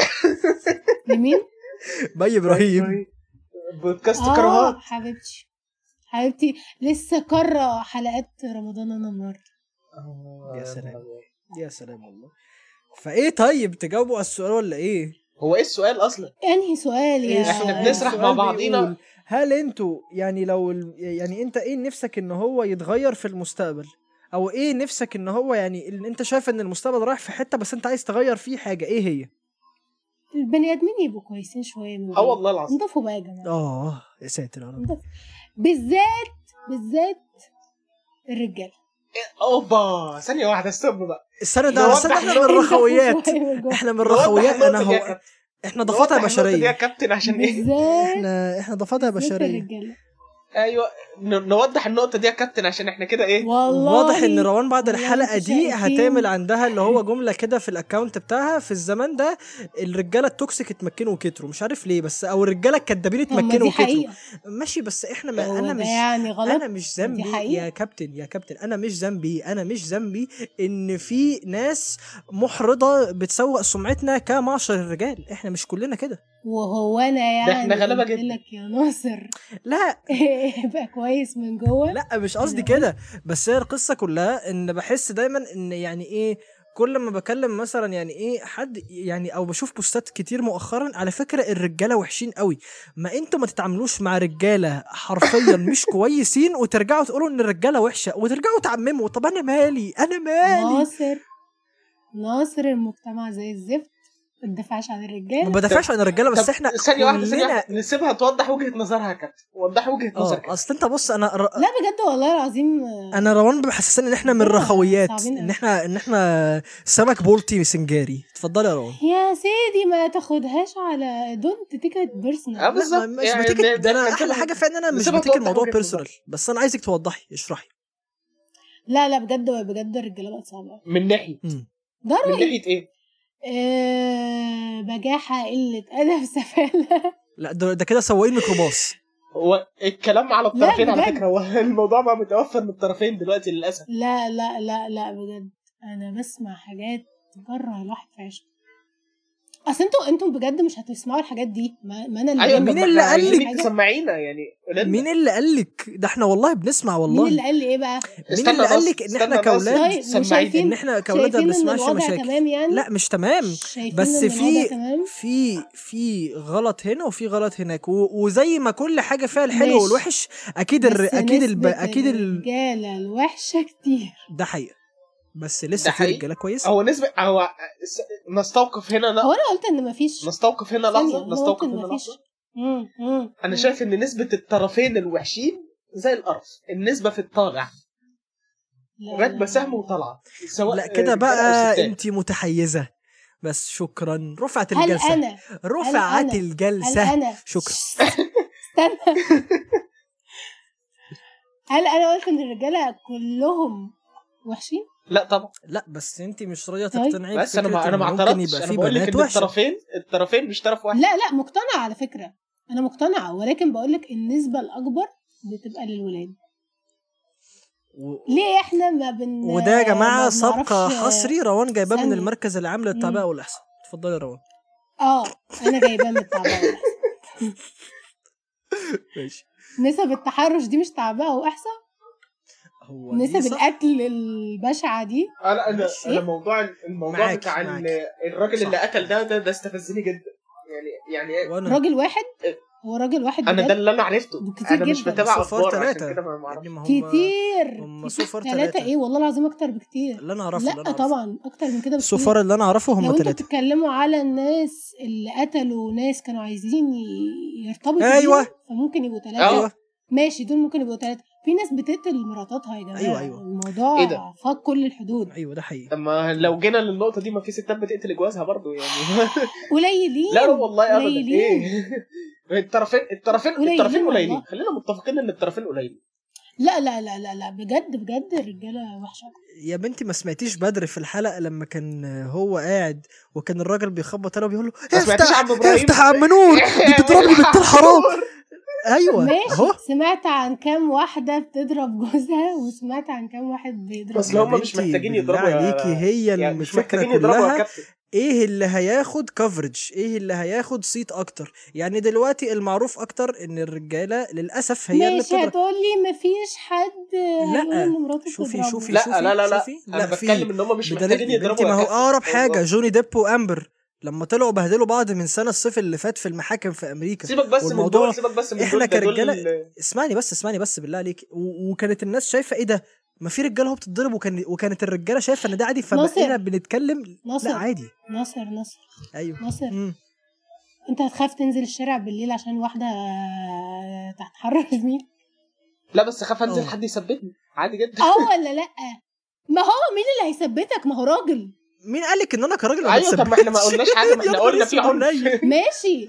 C: *laughs*
B: لمين؟
A: مي ابراهيم
C: بودكاست
B: اه
C: كرهات
B: حبيبتي حبيبتي لسه كرة حلقات رمضان انا النهارده
A: يا سلام. يا سلام والله فايه طيب تجاوبوا على السؤال ولا ايه؟
C: هو ايه السؤال اصلا؟
B: انهي سؤال يا
C: إيه، إحنا بنسرح مع
A: السؤال
C: بعضينا.
A: بيقول، هل انتوا يعني لو ال- يعني انت ايه نفسك ان هو يتغير في المستقبل؟ او ايه نفسك ان هو يعني ان انت شايف ان المستقبل رايح في حته بس انت عايز تغير فيه حاجه ايه هي؟
B: البني ادمين يبقوا كويسين شويه من
C: اه والله العظيم
B: انضفوا بقى يا جماعه
A: اه يا ساتر يا رب
B: انضفوا بالذات بالذات الرجاله
C: *laughs* اوبا ثانيه واحده استوب بقى
A: السنه ده
C: نوضح
A: السنه احنا من
C: النقطة.
A: الرخويات
B: انضفوا شوية من جوه.
A: احنا من الرخويات
C: نوضح
A: انا
C: النقطة دي يا
A: هو
C: كابتن.
A: احنا ضفادع
C: نوضح النقطة دي
A: بشريه
C: يا
B: *laughs*
C: كابتن *laughs* عشان ايه؟
B: بالذات
A: احنا احنا ضفادع
B: بالذات
A: بشريه
B: الرجاله
C: ايوه ن- نوضح النقطه دي يا كابتن عشان احنا كده ايه
B: والله
A: واضح ان روان بعد
B: والله
A: الحلقه
B: انتوا
A: دي
B: شايفين.
A: هتعمل عندها اللي هو جمله كده في الاكونت بتاعها في الزمان ده الرجاله التوكسيك اتمكنوا وكتروا مش عارف ليه بس او الرجاله الكدابين
B: طب ما
A: اتمكنوا
B: دي
A: وكتروا
B: حقيقة
A: ماشي بس احنا ما
B: هو
A: انا
B: ده
A: مش
B: يعني غلط
A: انا مش ذنبي
B: حقيقة.
A: يا كابتن يا كابتن انا مش ذنبي انا مش ذنبي ان في ناس محرضه بتسوق سمعتنا كمعشر الرجال احنا مش كلنا كده
B: وهو انا يعني
C: ده احنا غلابة
B: قلت
C: جدا.
B: لك يا ناصر *laughs*
A: لا
B: بقى كويس من جوه
A: لا مش قصدي
B: يعني.
A: كده بس هي القصه كلها ان بحس دايما ان يعني ايه كل ما بكلم مثلا يعني ايه حد يعني او بشوف بوستات كتير مؤخرا على فكره الرجاله وحشين قوي ما انتوا ما تتعاملوش مع رجاله
B: *laughs*
A: حرفيا مش كويسين وترجعوا تقولوا ان الرجاله وحشه وترجعوا تعمموا طب انا مالي انا مالي
B: ناصر ناصر المجتمع زي الزفت ما تدافعش عن
A: ما
B: الرجاله
A: بدافعش عن الرجاله بس
C: طب
A: احنا
C: ثانيه واحده ثانيه
A: كلنا-
C: واحدة. نسيبها توضح وجهه نظرها يا كابتن وضحي وجهه نظرك آه،
A: اه اصل انت بص انا ر...
B: لا بجد والله العظيم
A: انا روان محسسني ان احنا من
B: آه،
A: الرخويات
B: صعبين
A: ان
B: أوي.
A: احنا ان احنا سمك بولتي سنجاري اتفضلي يا روان
B: يا سيدي ما تاخدهاش على دونت تيك ات
C: آه،
B: بيرسونال
A: لا،
C: بالظبط.
A: ما- مش
C: يعني
A: بتيجي
C: ده-
A: ده انا
C: ده
A: احلى
C: كده-
A: حاجه فيها ان انا مش
C: بسيبها
A: بتيجي
C: توضح
A: الموضوع
C: وجهة
A: بيرسونال بس انا عايزك توضحي اشرحي
B: لا لا بجد بجد الرجاله بقت صعبه أوي.
C: من ناحيه
A: مم.
B: ده
C: من
B: رايي
C: ناحيه ايه
B: آه، بجاحه قله ادب سفاله
A: لا ده, ده كده سواقين ميكروباص
C: هو الكلام على الطرفين على
B: بجد.
C: فكره هو الموضوع بقى متوفر من الطرفين دلوقتي للاسف
B: لا لا لا لا بجد انا بسمع حاجات تجرع الواحد في عشقه اصل انتوا انتوا بجد مش هتسمعوا الحاجات دي ما, ما انا اللي
C: ايوه
A: أيوة، مين
C: طب ما
A: اللي
C: احنا
A: قال لك؟
C: عايزينك تسمعينا يعني قولنا.
A: مين اللي قال لك ده احنا والله بنسمع والله
B: مين اللي قال لي ايه بقى
A: مين اللي قال لك ان
C: استنى
A: احنا
C: بس.
A: كاولاد
B: طيب
C: سماعين.
A: ان
B: وشايفين
A: احنا كاولاد ما
B: شايفين ان
A: بنسمعش
B: الوضع
A: مشاكل
B: تمام يعني
A: لا مش تمام
B: شايفين
A: بس
B: إن الوضع
A: في
B: تمام
A: في في غلط هنا وفي غلط هناك و... وزي ما كل حاجه فيها الحلو
B: ماشي.
A: والوحش اكيد الر...
B: بس
A: اكيد الب...
B: نسبة
A: اكيد ال...
B: الرجاله الوحشه كتير
A: ده حقيقه بس لسه
C: ده
A: في
C: حقيقي.
A: رجاله كويسه
C: هو نسبه هو س- نستوقف هنا لا
B: هو انا قلت ان مفيش
C: نستوقف هنا
B: ثانية،
C: لحظه
B: أنا قلت
C: نستوقف
B: إن
C: هنا
B: مفيش.
C: لحظه
B: مم، مم،
C: انا
B: مم.
C: شايف ان نسبه الطرفين الوحشين زي القرف النسبه في الطالع
B: لا، لا،
C: راكبه
B: لا.
C: سهم وطالعه سواء
A: لا كده
C: رجالة أو
A: بقى
C: ستات.
A: انت متحيزه بس شكرا رفعت
B: هل
A: الجلسه
B: انا
A: رفعت
B: أنا- هل
A: الجلسه
B: انا
A: شكرا
B: *laughs* استنى هل انا قلت ان الرجاله كلهم وحشين
C: لا طبعا
A: لا بس انت مش راضيه
B: طيب.
A: تقتنعي
C: بس انا
A: بفكرة
C: ما انا ما
A: إن إيه، ممكن
C: اعترضتش
A: يبقى
C: انا
A: في
C: بقول لك
A: بنات
C: ان
A: وحشه
C: الطرفين الطرفين مش طرف واحد
B: لا لا مقتنعه على فكره انا مقتنعه ولكن بقول لك النسبه الاكبر بتبقى للولاد
A: و...
B: ليه احنا ما بن
A: وده يا جماعه
B: ما
A: سابقه
B: بنعرفش-
A: حصري روان جايباه من
B: ثانية.
A: المركز العام للتعبئه
B: مم.
A: والاحصاء اتفضلي يا روان
B: اه انا جايباه من التعبئه
A: ماشي
B: نسب التحرش دي مش تعبئه واحصاء
A: هو دي
B: نسب
A: صح.
B: القتل البشعه دي
C: انا انا
A: ماشي.
C: انا موضوع الموضوع
A: إيه؟ معاك-
C: بتاع ال-
A: معاك.
C: الراجل اللي
A: صح.
C: قتل ده ده ده استفزني جدا يعني يعني إيه؟
A: وانا
B: راجل واحد هو راجل واحد
C: انا ده
B: بجد
C: اللي انا عرفته
B: كتير
C: انا مش
B: جدا.
A: صفار
C: بتابع اخبار
A: تلاتة.
C: عشان كده ما ما اعرفش
A: يعني ما هم
B: كتير
A: هم صفار
B: ثلاثة
A: ثلاثة
B: ايه والله العظيم اكتر بكتير
A: اللي انا اعرفه اللي انا
B: لا
A: أعرفه.
B: طبعا اكتر من كده بكتير
A: الصفار اللي انا اعرفه
B: لو
A: هم
B: انتوا
A: ثلاثة
B: بتتكلموا على الناس اللي قتلوا ناس كانوا عايزين ي- يرتبطوا
A: أيوة.
B: بيهم، فممكن يبقوا ثلاثة
C: أيوة.
A: ايوه
B: ماشي دول ممكن يبقوا ثلاثة في ناس بتقتل مراتاتها يا جماعة
A: أيوة، أيوة.
B: الموضوع
C: إيه ده؟
B: فاق كل الحدود
A: ايوه ده حقيقي
C: طب ما لو جينا للنقطه دي ما في ستات بتقتل جوازها برضو يعني
B: قليلين
C: لا لا والله ابدا
B: قليلين.
C: ايه *laughs* الطرفين الطرفين
B: قليلين
C: الطرفين
B: والله.
C: قليلين خلينا متفقين ان الطرفين قليلين
B: لا لا لا لا لا بجد بجد الرجالة وحشة
A: يا بنتي ما سمعتيش بدر في الحلقه لما كان هو قاعد وكان الراجل بيخبط عليه وبيقول له
C: ما سمعتيش
A: افتح
C: عم ابراهيم
A: افتح يا عم نور بتضربني بالتال
C: *laughs*
A: حرام ايوه اهو
B: ماشي سمعت عن كام واحدة بتضرب جوزها وسمعت عن كام واحد بيضرب
C: بس لو هم
A: يا
C: مش
A: بنتي
C: محتاجين
A: بالله
C: يضربوا يا-
A: عليكي هي
C: يعني مش
A: الفكره
C: محتاجين يضربوا يا
A: كلها
C: كابتن
A: ايه اللي هياخد كفرج ايه اللي هياخد صيت اكتر يعني دلوقتي المعروف اكتر ان الرجاله للاسف هي اللي
B: ماشي
A: بتضرب
B: هتقولي مفيش حد هيقول
A: لا،
B: ان مراته
A: شوفي
B: بتضربه.
A: شوفي
C: لا،
A: شوفي
C: لا، لا، لا.
A: شوفي
C: انا
A: في-
C: بتكلم ان هم مش
A: بدليل-
C: محتاجين
A: بنتي
C: يضربوا
A: ما
C: يا
A: هو
C: كابتن
A: اقرب حاجه
C: والله.
A: جوني ديب وامبر لما طلعوا بهدلوا بعض من سنه الصيف اللي فات في المحاكم في امريكا
C: سيبك بس من
A: والموضوع-
C: دول سيبك بس من
A: إحنا
C: دول ده دول
A: كرجالة-
C: ال-
A: اسمعني بس اسمعني بس بالله عليك و- وكانت الناس شايفه ايه ده ما في رجاله هو بتتضرب وكان وكانت الرجاله شايفه ان ده عادي فبقينا
B: ناصر.
A: بنتكلم
B: ناصر
A: لا عادي
B: ناصر ناصر
A: ايوه
B: ناصر
A: مم.
B: انت هتخاف تنزل الشارع بالليل عشان واحده هتتحرش بيك
C: لا بس خاف انزل
A: أوه.
C: حد يثبتني عادي جدا
B: اه ولا لا ما هو مين اللي هيثبتك ما هو راجل
A: مين قال لك ان انا كراجل ما
C: ايوه طب ما احنا ما
A: بتثبتش؟
C: قلناش حاجه
A: *laughs*
C: ما
A: يا
C: احنا
A: نهار
C: قلنا في
A: أسود
C: عنف
A: عليا.
B: ماشي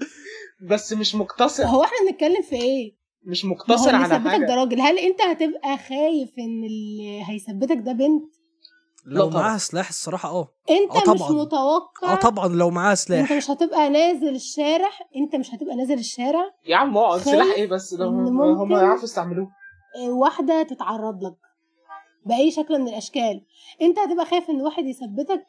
C: بس مش مقتصر
B: هو احنا بنتكلم في ايه
C: مش
B: ما هو
C: مقتصر
B: اللي
C: على
B: يثبتك
C: حاجه
B: ده راجل هل انت هتبقى خايف ان اللي هيثبتك ده بنت
A: لو
C: طبعاً.
A: معاها سلاح الصراحه اه
B: انت
A: آه
B: مش
A: طبعاً.
B: متوقع
A: اه طبعا لو معاها
B: انت
A: سلاح
B: مش هتبقى نازل الشارع انت مش هتبقى نازل الشارع
C: يا عم اقعد
B: خايف
C: سلاح ايه بس ده
B: إن
C: هم
B: ممكن-
C: هم يعرفوا يستعملوه
B: آه، واحده تتعرض لك باي شكل من الاشكال انت هتبقى خايف ان واحد يثبتك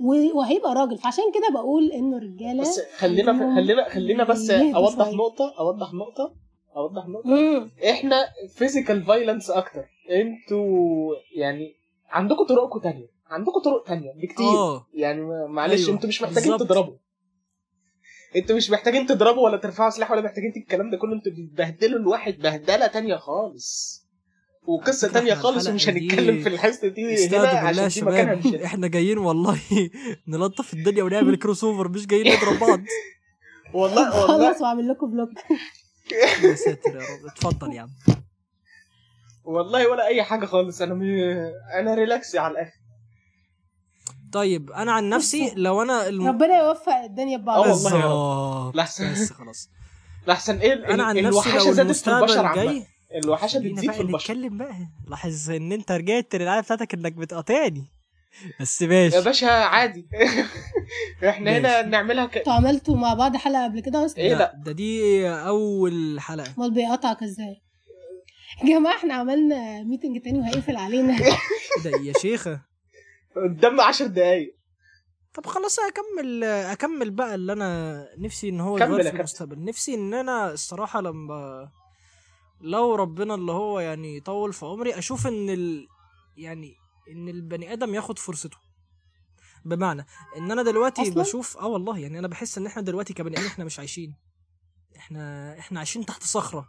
B: و- وهيبقى راجل فعشان كده بقول انه الرجاله
C: بس خلينا
B: إنهم
C: خلينا خلينا بس
B: يهدوا
C: اوضح
B: شوية.
C: نقطه اوضح نقطه اوضح نقطه
B: مم.
C: احنا فيزيكال فايلنس اكتر انتوا يعني عندكم طرقكم تانية عندكم طرق تانية بكتير
A: اه
C: يعني ما- معلش
A: أيوة،
C: أيوة. انتوا مش محتاجين
A: بالظبط.
C: بالزبط. تضربوا انتوا مش محتاجين تضربوا ولا ترفعوا سلاح ولا محتاجين الكلام ده كله انتوا بتبهدلوا الواحد بهدله تانية خالص وقصه
A: على فكرة
C: تانية
A: إحنا
C: خالص
A: الحلقة
C: ومش
A: دي
C: هنتكلم في الحصه دي هنا
A: استهدوا بالله يا
C: عشان دي مكانها
A: شباب
C: مش
A: *laughs*
C: هنا.
A: احنا جايين والله نلطف الدنيا ونعمل كروس اوفر مش جايين نضرب
C: *laughs*
A: بعض
C: والله والله
B: خلص واعمل لكم بلوك
A: يا ساتر يا رب اتفضل يا عم
C: والله ولا اي حاجه خالص انا م... انا ريلاكس على الاخر
A: طيب انا عن نفسي لو انا الم...
B: ربنا يوفق الدنيا
C: آه
B: ببعض
C: والله يا رب.
A: بالظبط.
C: لحسن
A: بس
C: *laughs*
A: خلاص
C: لحسن ايه ال-
A: انا عن
C: ال-
A: نفسي
C: الوحشه
A: لو
C: زادت في البشر
A: المستقبل
C: عامه
A: جاي
C: الوحشه
A: خلينا
C: بتزيد
A: بقى
C: في البشر
A: نتكلم بقى لاحظ ان انت رجعت للعاده بتاعتك انك بتقاطعني بس ماشي
C: يا باشا عادي *laughs* احنا هنا
A: ماشي.
C: نعملها ك...
B: انتوا عملتوا مع بعض حلقه قبل كده اصلا
C: ايه
A: لا،
C: لا
A: ده دي اول حلقه
B: امال بيقطعك ازاي يا جماعه احنا عملنا ميتنج تاني وهيقفل
A: *laughs*
B: علينا
A: إيه؟ ده يا شيخه
C: قدام 10 دقايق
A: طب خلاص اكمل اكمل بقى اللي انا نفسي ان هو
C: كمل
A: يتغير
C: يا
A: في
C: كابتن.
A: المستقبل نفسي ان انا الصراحه لما لو ربنا اللي هو يعني يطول في عمري اشوف ان ال... يعني ان البني ادم ياخد فرصته بمعنى ان انا دلوقتي
B: أصلاً؟
A: بشوف اه والله يعني انا بحس ان احنا دلوقتي كبني ادم احنا مش عايشين احنا احنا عايشين تحت صخره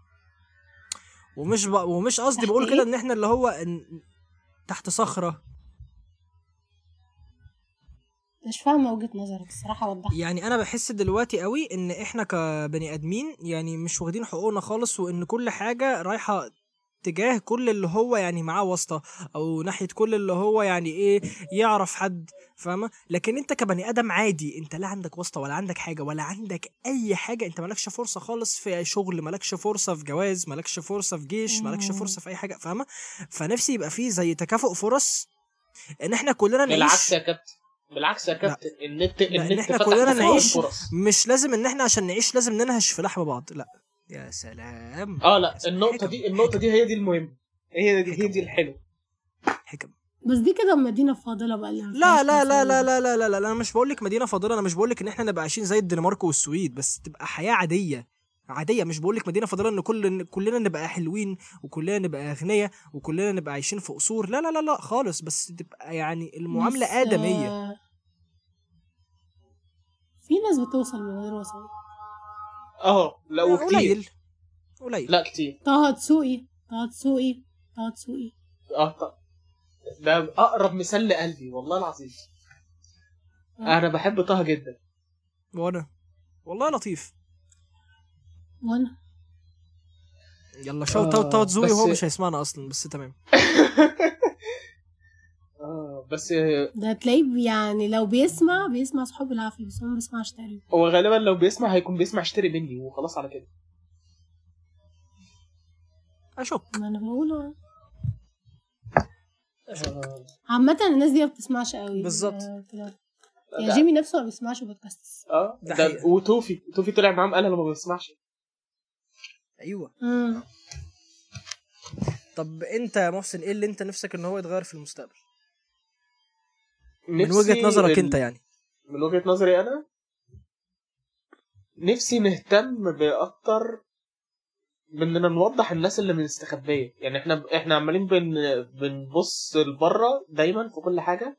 A: ومش ب... ومش قصدي
B: تحت
A: بقول
B: إيه؟
A: كده ان احنا اللي هو إن... تحت صخره
B: مش فاهمه وجهه نظرك الصراحه وضح
A: يعني انا بحس دلوقتي قوي ان احنا كبني ادمين يعني مش واخدين حقوقنا خالص وان كل حاجه رايحه تجاه كل اللي هو يعني معاه واسطه او ناحيه كل اللي هو يعني ايه يعرف حد فاهمه لكن انت كبني ادم عادي انت لا عندك واسطه ولا عندك حاجه ولا عندك اي حاجه انت مالكش فرصه خالص في شغل مالكش فرصه في جواز مالكش فرصه في جيش مالكش
B: مم.
A: فرصه في اي حاجه فاهمه فنفسي يبقى فيه زي تكافؤ فرص ان احنا كلنا نعيش
C: بالعكس يا كابتن بالعكس يا كابتن النت
A: لا،
C: النت
A: إحنا
C: فتح
A: كلنا
C: كتير
A: نعيش.
C: فرص
A: مش لازم ان احنا عشان نعيش لازم ننهش في لحم بعض لا يا سلام
C: اه لا
A: يا سلام.
C: النقطه
A: حكم،
C: دي النقطه دي هي دي المهمه هي دي هي دي الحلوه
A: حكم
B: بس دي كده مدينه فاضله بقى اللي ما
A: لا
B: فيهاش
A: لا لا
B: مثلاً
A: لا لا لا لا, لا. انا مش بقول لك مدينه فاضله انا مش بقول لك ان احنا نبقى عايشين زي الدنمارك والسويد بس تبقى حياه عاديه عاديه مش بقول لك مدينه فاضله ان كل إن كلنا نبقى حلوين وكلنا نبقى اغنياء وكلنا نبقى عايشين في قصور لا لا لا لا خالص بس تبقى يعني المعامله
B: بس،
A: ادميه
B: آه، في ناس بتوصل من غير وسائل
C: اه لا وكتير
A: قليل قليل
C: لا كتير
B: طه دسوقي طه دسوقي طه دسوقي
C: اه طب ده اقرب مثال لقلبي والله العظيم
A: آه.
C: انا بحب طه جدا
A: وانا والله لطيف
B: وانا
A: يلا شوت
C: آه،
A: اوت توت زوي
C: بس-
A: هو مش هيسمعنا اصلا بس تمام
C: اه بس آه،
B: ده تلاقيه يعني لو بيسمع بيسمع صحاب العافيه بس هو ما بيسمعش تقريبا
C: هو غالبا لو بيسمع هيكون بيسمع اشتري مني وخلاص على كده
A: اشك
B: ما انا بقوله
C: آه،
B: عامة الناس دي ما بتسمعش قوي
A: بالظبط.
B: آه، كده.
C: ده-
B: يا جيمي نفسه ما بيسمعش بودكاست
C: اه
A: ده
C: ده
A: حقيقة.
C: وتوفي توفي طلع معاهم قال انا ما بسمعش
A: ايوه
B: مم.
A: طب انت يا محسن ايه اللي انت نفسك ان هو يتغير في المستقبل من
C: نفسي
A: وجهه نظرك
C: ال-
A: انت يعني
C: من وجهه نظري انا نفسي نهتم باكتر باننا نوضح الناس اللي مستخبيه يعني احنا احنا عمالين بن بنبص لبره دايما في كل حاجه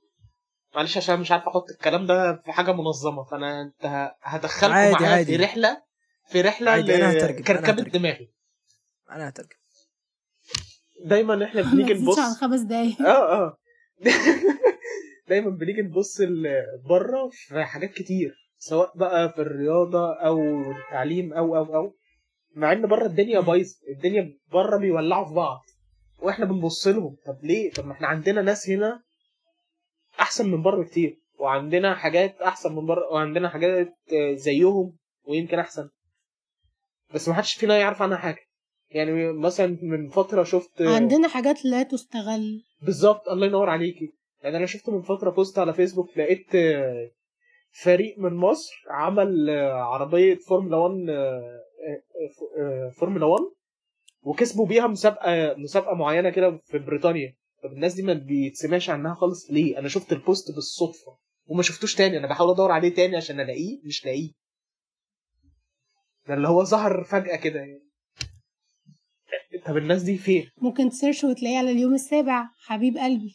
C: معلش عشان مش عارف احط الكلام ده في حاجه منظمه فانا انت ه- هدخلكم
A: عادي،
C: معايا
A: عادي.
C: في رحله في رحله
A: عادي، أنا هترجم، أنا
C: لكركبه
A: هترجم.
C: دماغي
A: انا هترجم
C: دايما احنا
B: *laughs* ما
C: بنيجي
B: تزيدش عن
C: نبص
B: خمس دقايق *laughs*
A: آه.
C: اه اه *laughs* دايما بنيجي نبص ل- بره في حاجات كتير سواء بقى في الرياضه او التعليم او او او مع ان بره الدنيا بايظه الدنيا بره بيولعوا في بعض واحنا بنبص لهم طب ليه طب ما احنا عندنا ناس هنا احسن من بره كتير وعندنا حاجات احسن من بره وعندنا حاجات آه، زيهم ويمكن احسن بس ما حدش فينا يعرف عنها حاجه يعني مثلا من فتره شفت
B: عندنا حاجات لا تستغل
C: بالظبط الله ينور عليكي يعني انا شفت من فتره بوست على فيسبوك لقيت آه، فريق من مصر عمل آه، عربيه فورمولا 1 آه، آه، آه، فورمولا 1 وكسبوا بيها مسابقه مسابقه معينه كده في بريطانيا طب الناس دي ما بيتسمعش عنها خالص ليه انا شفت البوست بالصدفه وما شفتوش تاني انا بحاول ادور عليه تاني عشان الاقيه مش لاقيه ده اللي هو ظهر فجاه كده يعني طب الناس دي فين *laughs*
B: ممكن تسيرش وتلاقيه على اليوم السابع حبيب قلبي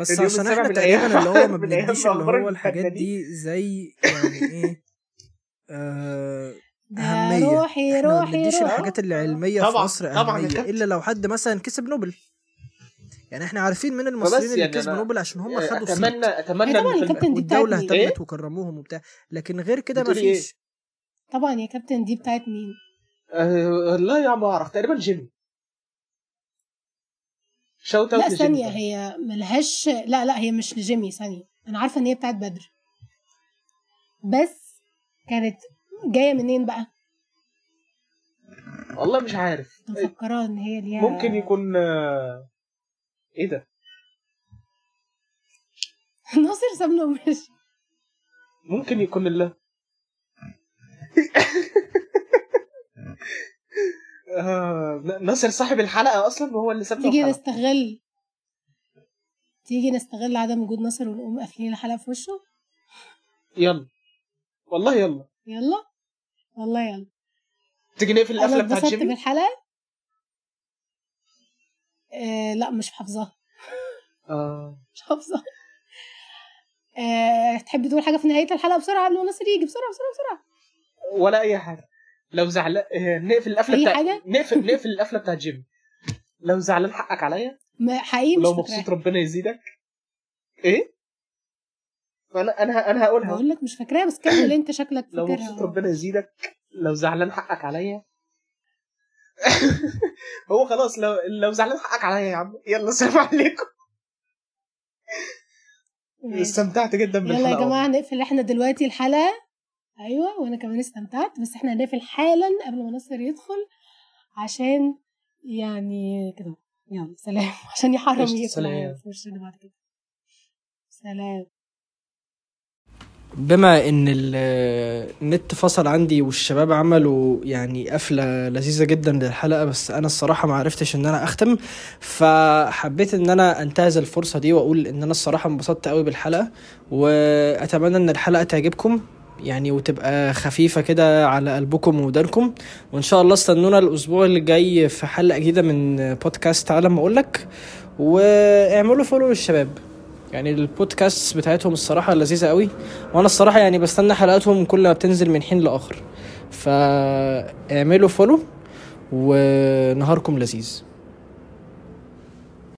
A: بس
C: اليوم
A: عشان
C: السابع
A: احنا
C: من أيام-
A: تقريبا اللي هو ما
C: *laughs* من أيام
A: بنديش اللي
C: أخبار
A: هو الحاجات
C: الفنانين.
A: دي زي يعني ايه آه،
B: ده
A: أهمية.
B: روحي
A: احنا ما
B: روحي
A: بنديش
B: روحي
A: الحاجات العلميه في
C: طبعاً-
A: مصر
C: طبعاً يا
A: اهميه
C: كابتن.
A: الا لو حد مثلا كسب نوبل يعني احنا عارفين من المصريين اللي
C: يعني
A: كسبوا
C: أنا-
A: نوبل عشان هم خدوا الصيت
C: اتمنى اتمنى
B: هي طبعاً
C: إن في
B: الكابتن دي
A: والدوله
B: بتاعت
A: اهتمت
B: مين؟
C: إيه؟
A: وكرموهم وبتاع لكن غير كده ما
C: بتقولي إيه؟
A: فيش
B: طبعا يا كابتن دي بتاعت مين
C: آه، لا يا ما اعرف تقريبا جيمي شوت
B: لا
C: اوت لجيمي طيب.
B: ثانيه هي ملهاش لا لا هي مش لجيمي ثانيه انا عارفه ان هي بتاعت بدر بس كانت جايه منين بقى
C: والله مش عارف
B: مفكره ان هي ليها
C: إيه. ممكن يكون آه، ايه ده
B: *laughs* ناصر سابنا ومشي
C: ممكن يكون الله *laughs* آه، ناصر صاحب الحلقه اصلا هو اللي سابنا
B: تيجي
C: الحلقه
B: نستغل تيجي نستغل عدم وجود ناصر ونقوم قافلين الحلقه في وشه
C: يلا والله يلا
B: يلا والله يلا
C: تيجي نقفل
B: انا
C: القفله بتاعت
B: اتبسطت
C: جيمي
B: بالحلقه آه لا مش حافظاها
C: آه،
B: مش حافظاها آه تحب تقول حاجه في نهايه الحلقه بسرعه قبل ما ناصر يجي بسرعه بسرعه بسرعه
C: ولا اي حاجه لو زعلان آه، نقفل القفله
B: أي
C: بتاعت
B: حاجة؟
C: نقفل نقفل القفله بتاعت جيمي لو زعلان حقك عليا
B: ما حقيقي مش
C: ولو
B: فاكراها
C: مبسوط ربنا يزيدك ايه انا انا انا هقولها
B: بقول لك مش فاكراها بس كمل انت شكلك
C: لو مبسوط
B: فاكرها
C: ربنا يزيدك لو زعلان حقك عليا *laughs* هو خلاص لو لو زعلان حقك عليا يا عم يلا سلام عليكم
B: ماشي.
C: استمتعت جدا
B: آه. يلا
C: بالحلقه
B: يا جماعه نقفل احنا دلوقتي الحلقه ايوه وانا كمان استمتعت بس احنا هنقفل حالا قبل ما ناصر يدخل عشان يعني كده يلا سلام *laughs* عشان يحرم
C: قشطة،
B: يقفل
C: سلام.
B: علينا في وشنا بعد كده سلام
A: بما ان ال- النت فصل عندي والشباب عملوا يعني قفله لذيذه جدا للحلقه بس انا الصراحه ما عرفتش ان انا اختم فحبيت ان انا انتهز الفرصه دي واقول ان انا الصراحه انبسطت قوي بالحلقه واتمنى ان الحلقه تعجبكم يعني وتبقى خفيفه كده على قلبكم وودانكم وان شاء الله استنونا الاسبوع اللي جاي في حلقه جديده من بودكاست عالم اقولك واعملوا فولو للشباب يعني البودكاست بتاعتهم الصراحه لذيذه قوي وانا الصراحه يعني بستنى حلقاتهم كل ما بتنزل من حين لاخر فاعملوا فولو ونهاركم لذيذ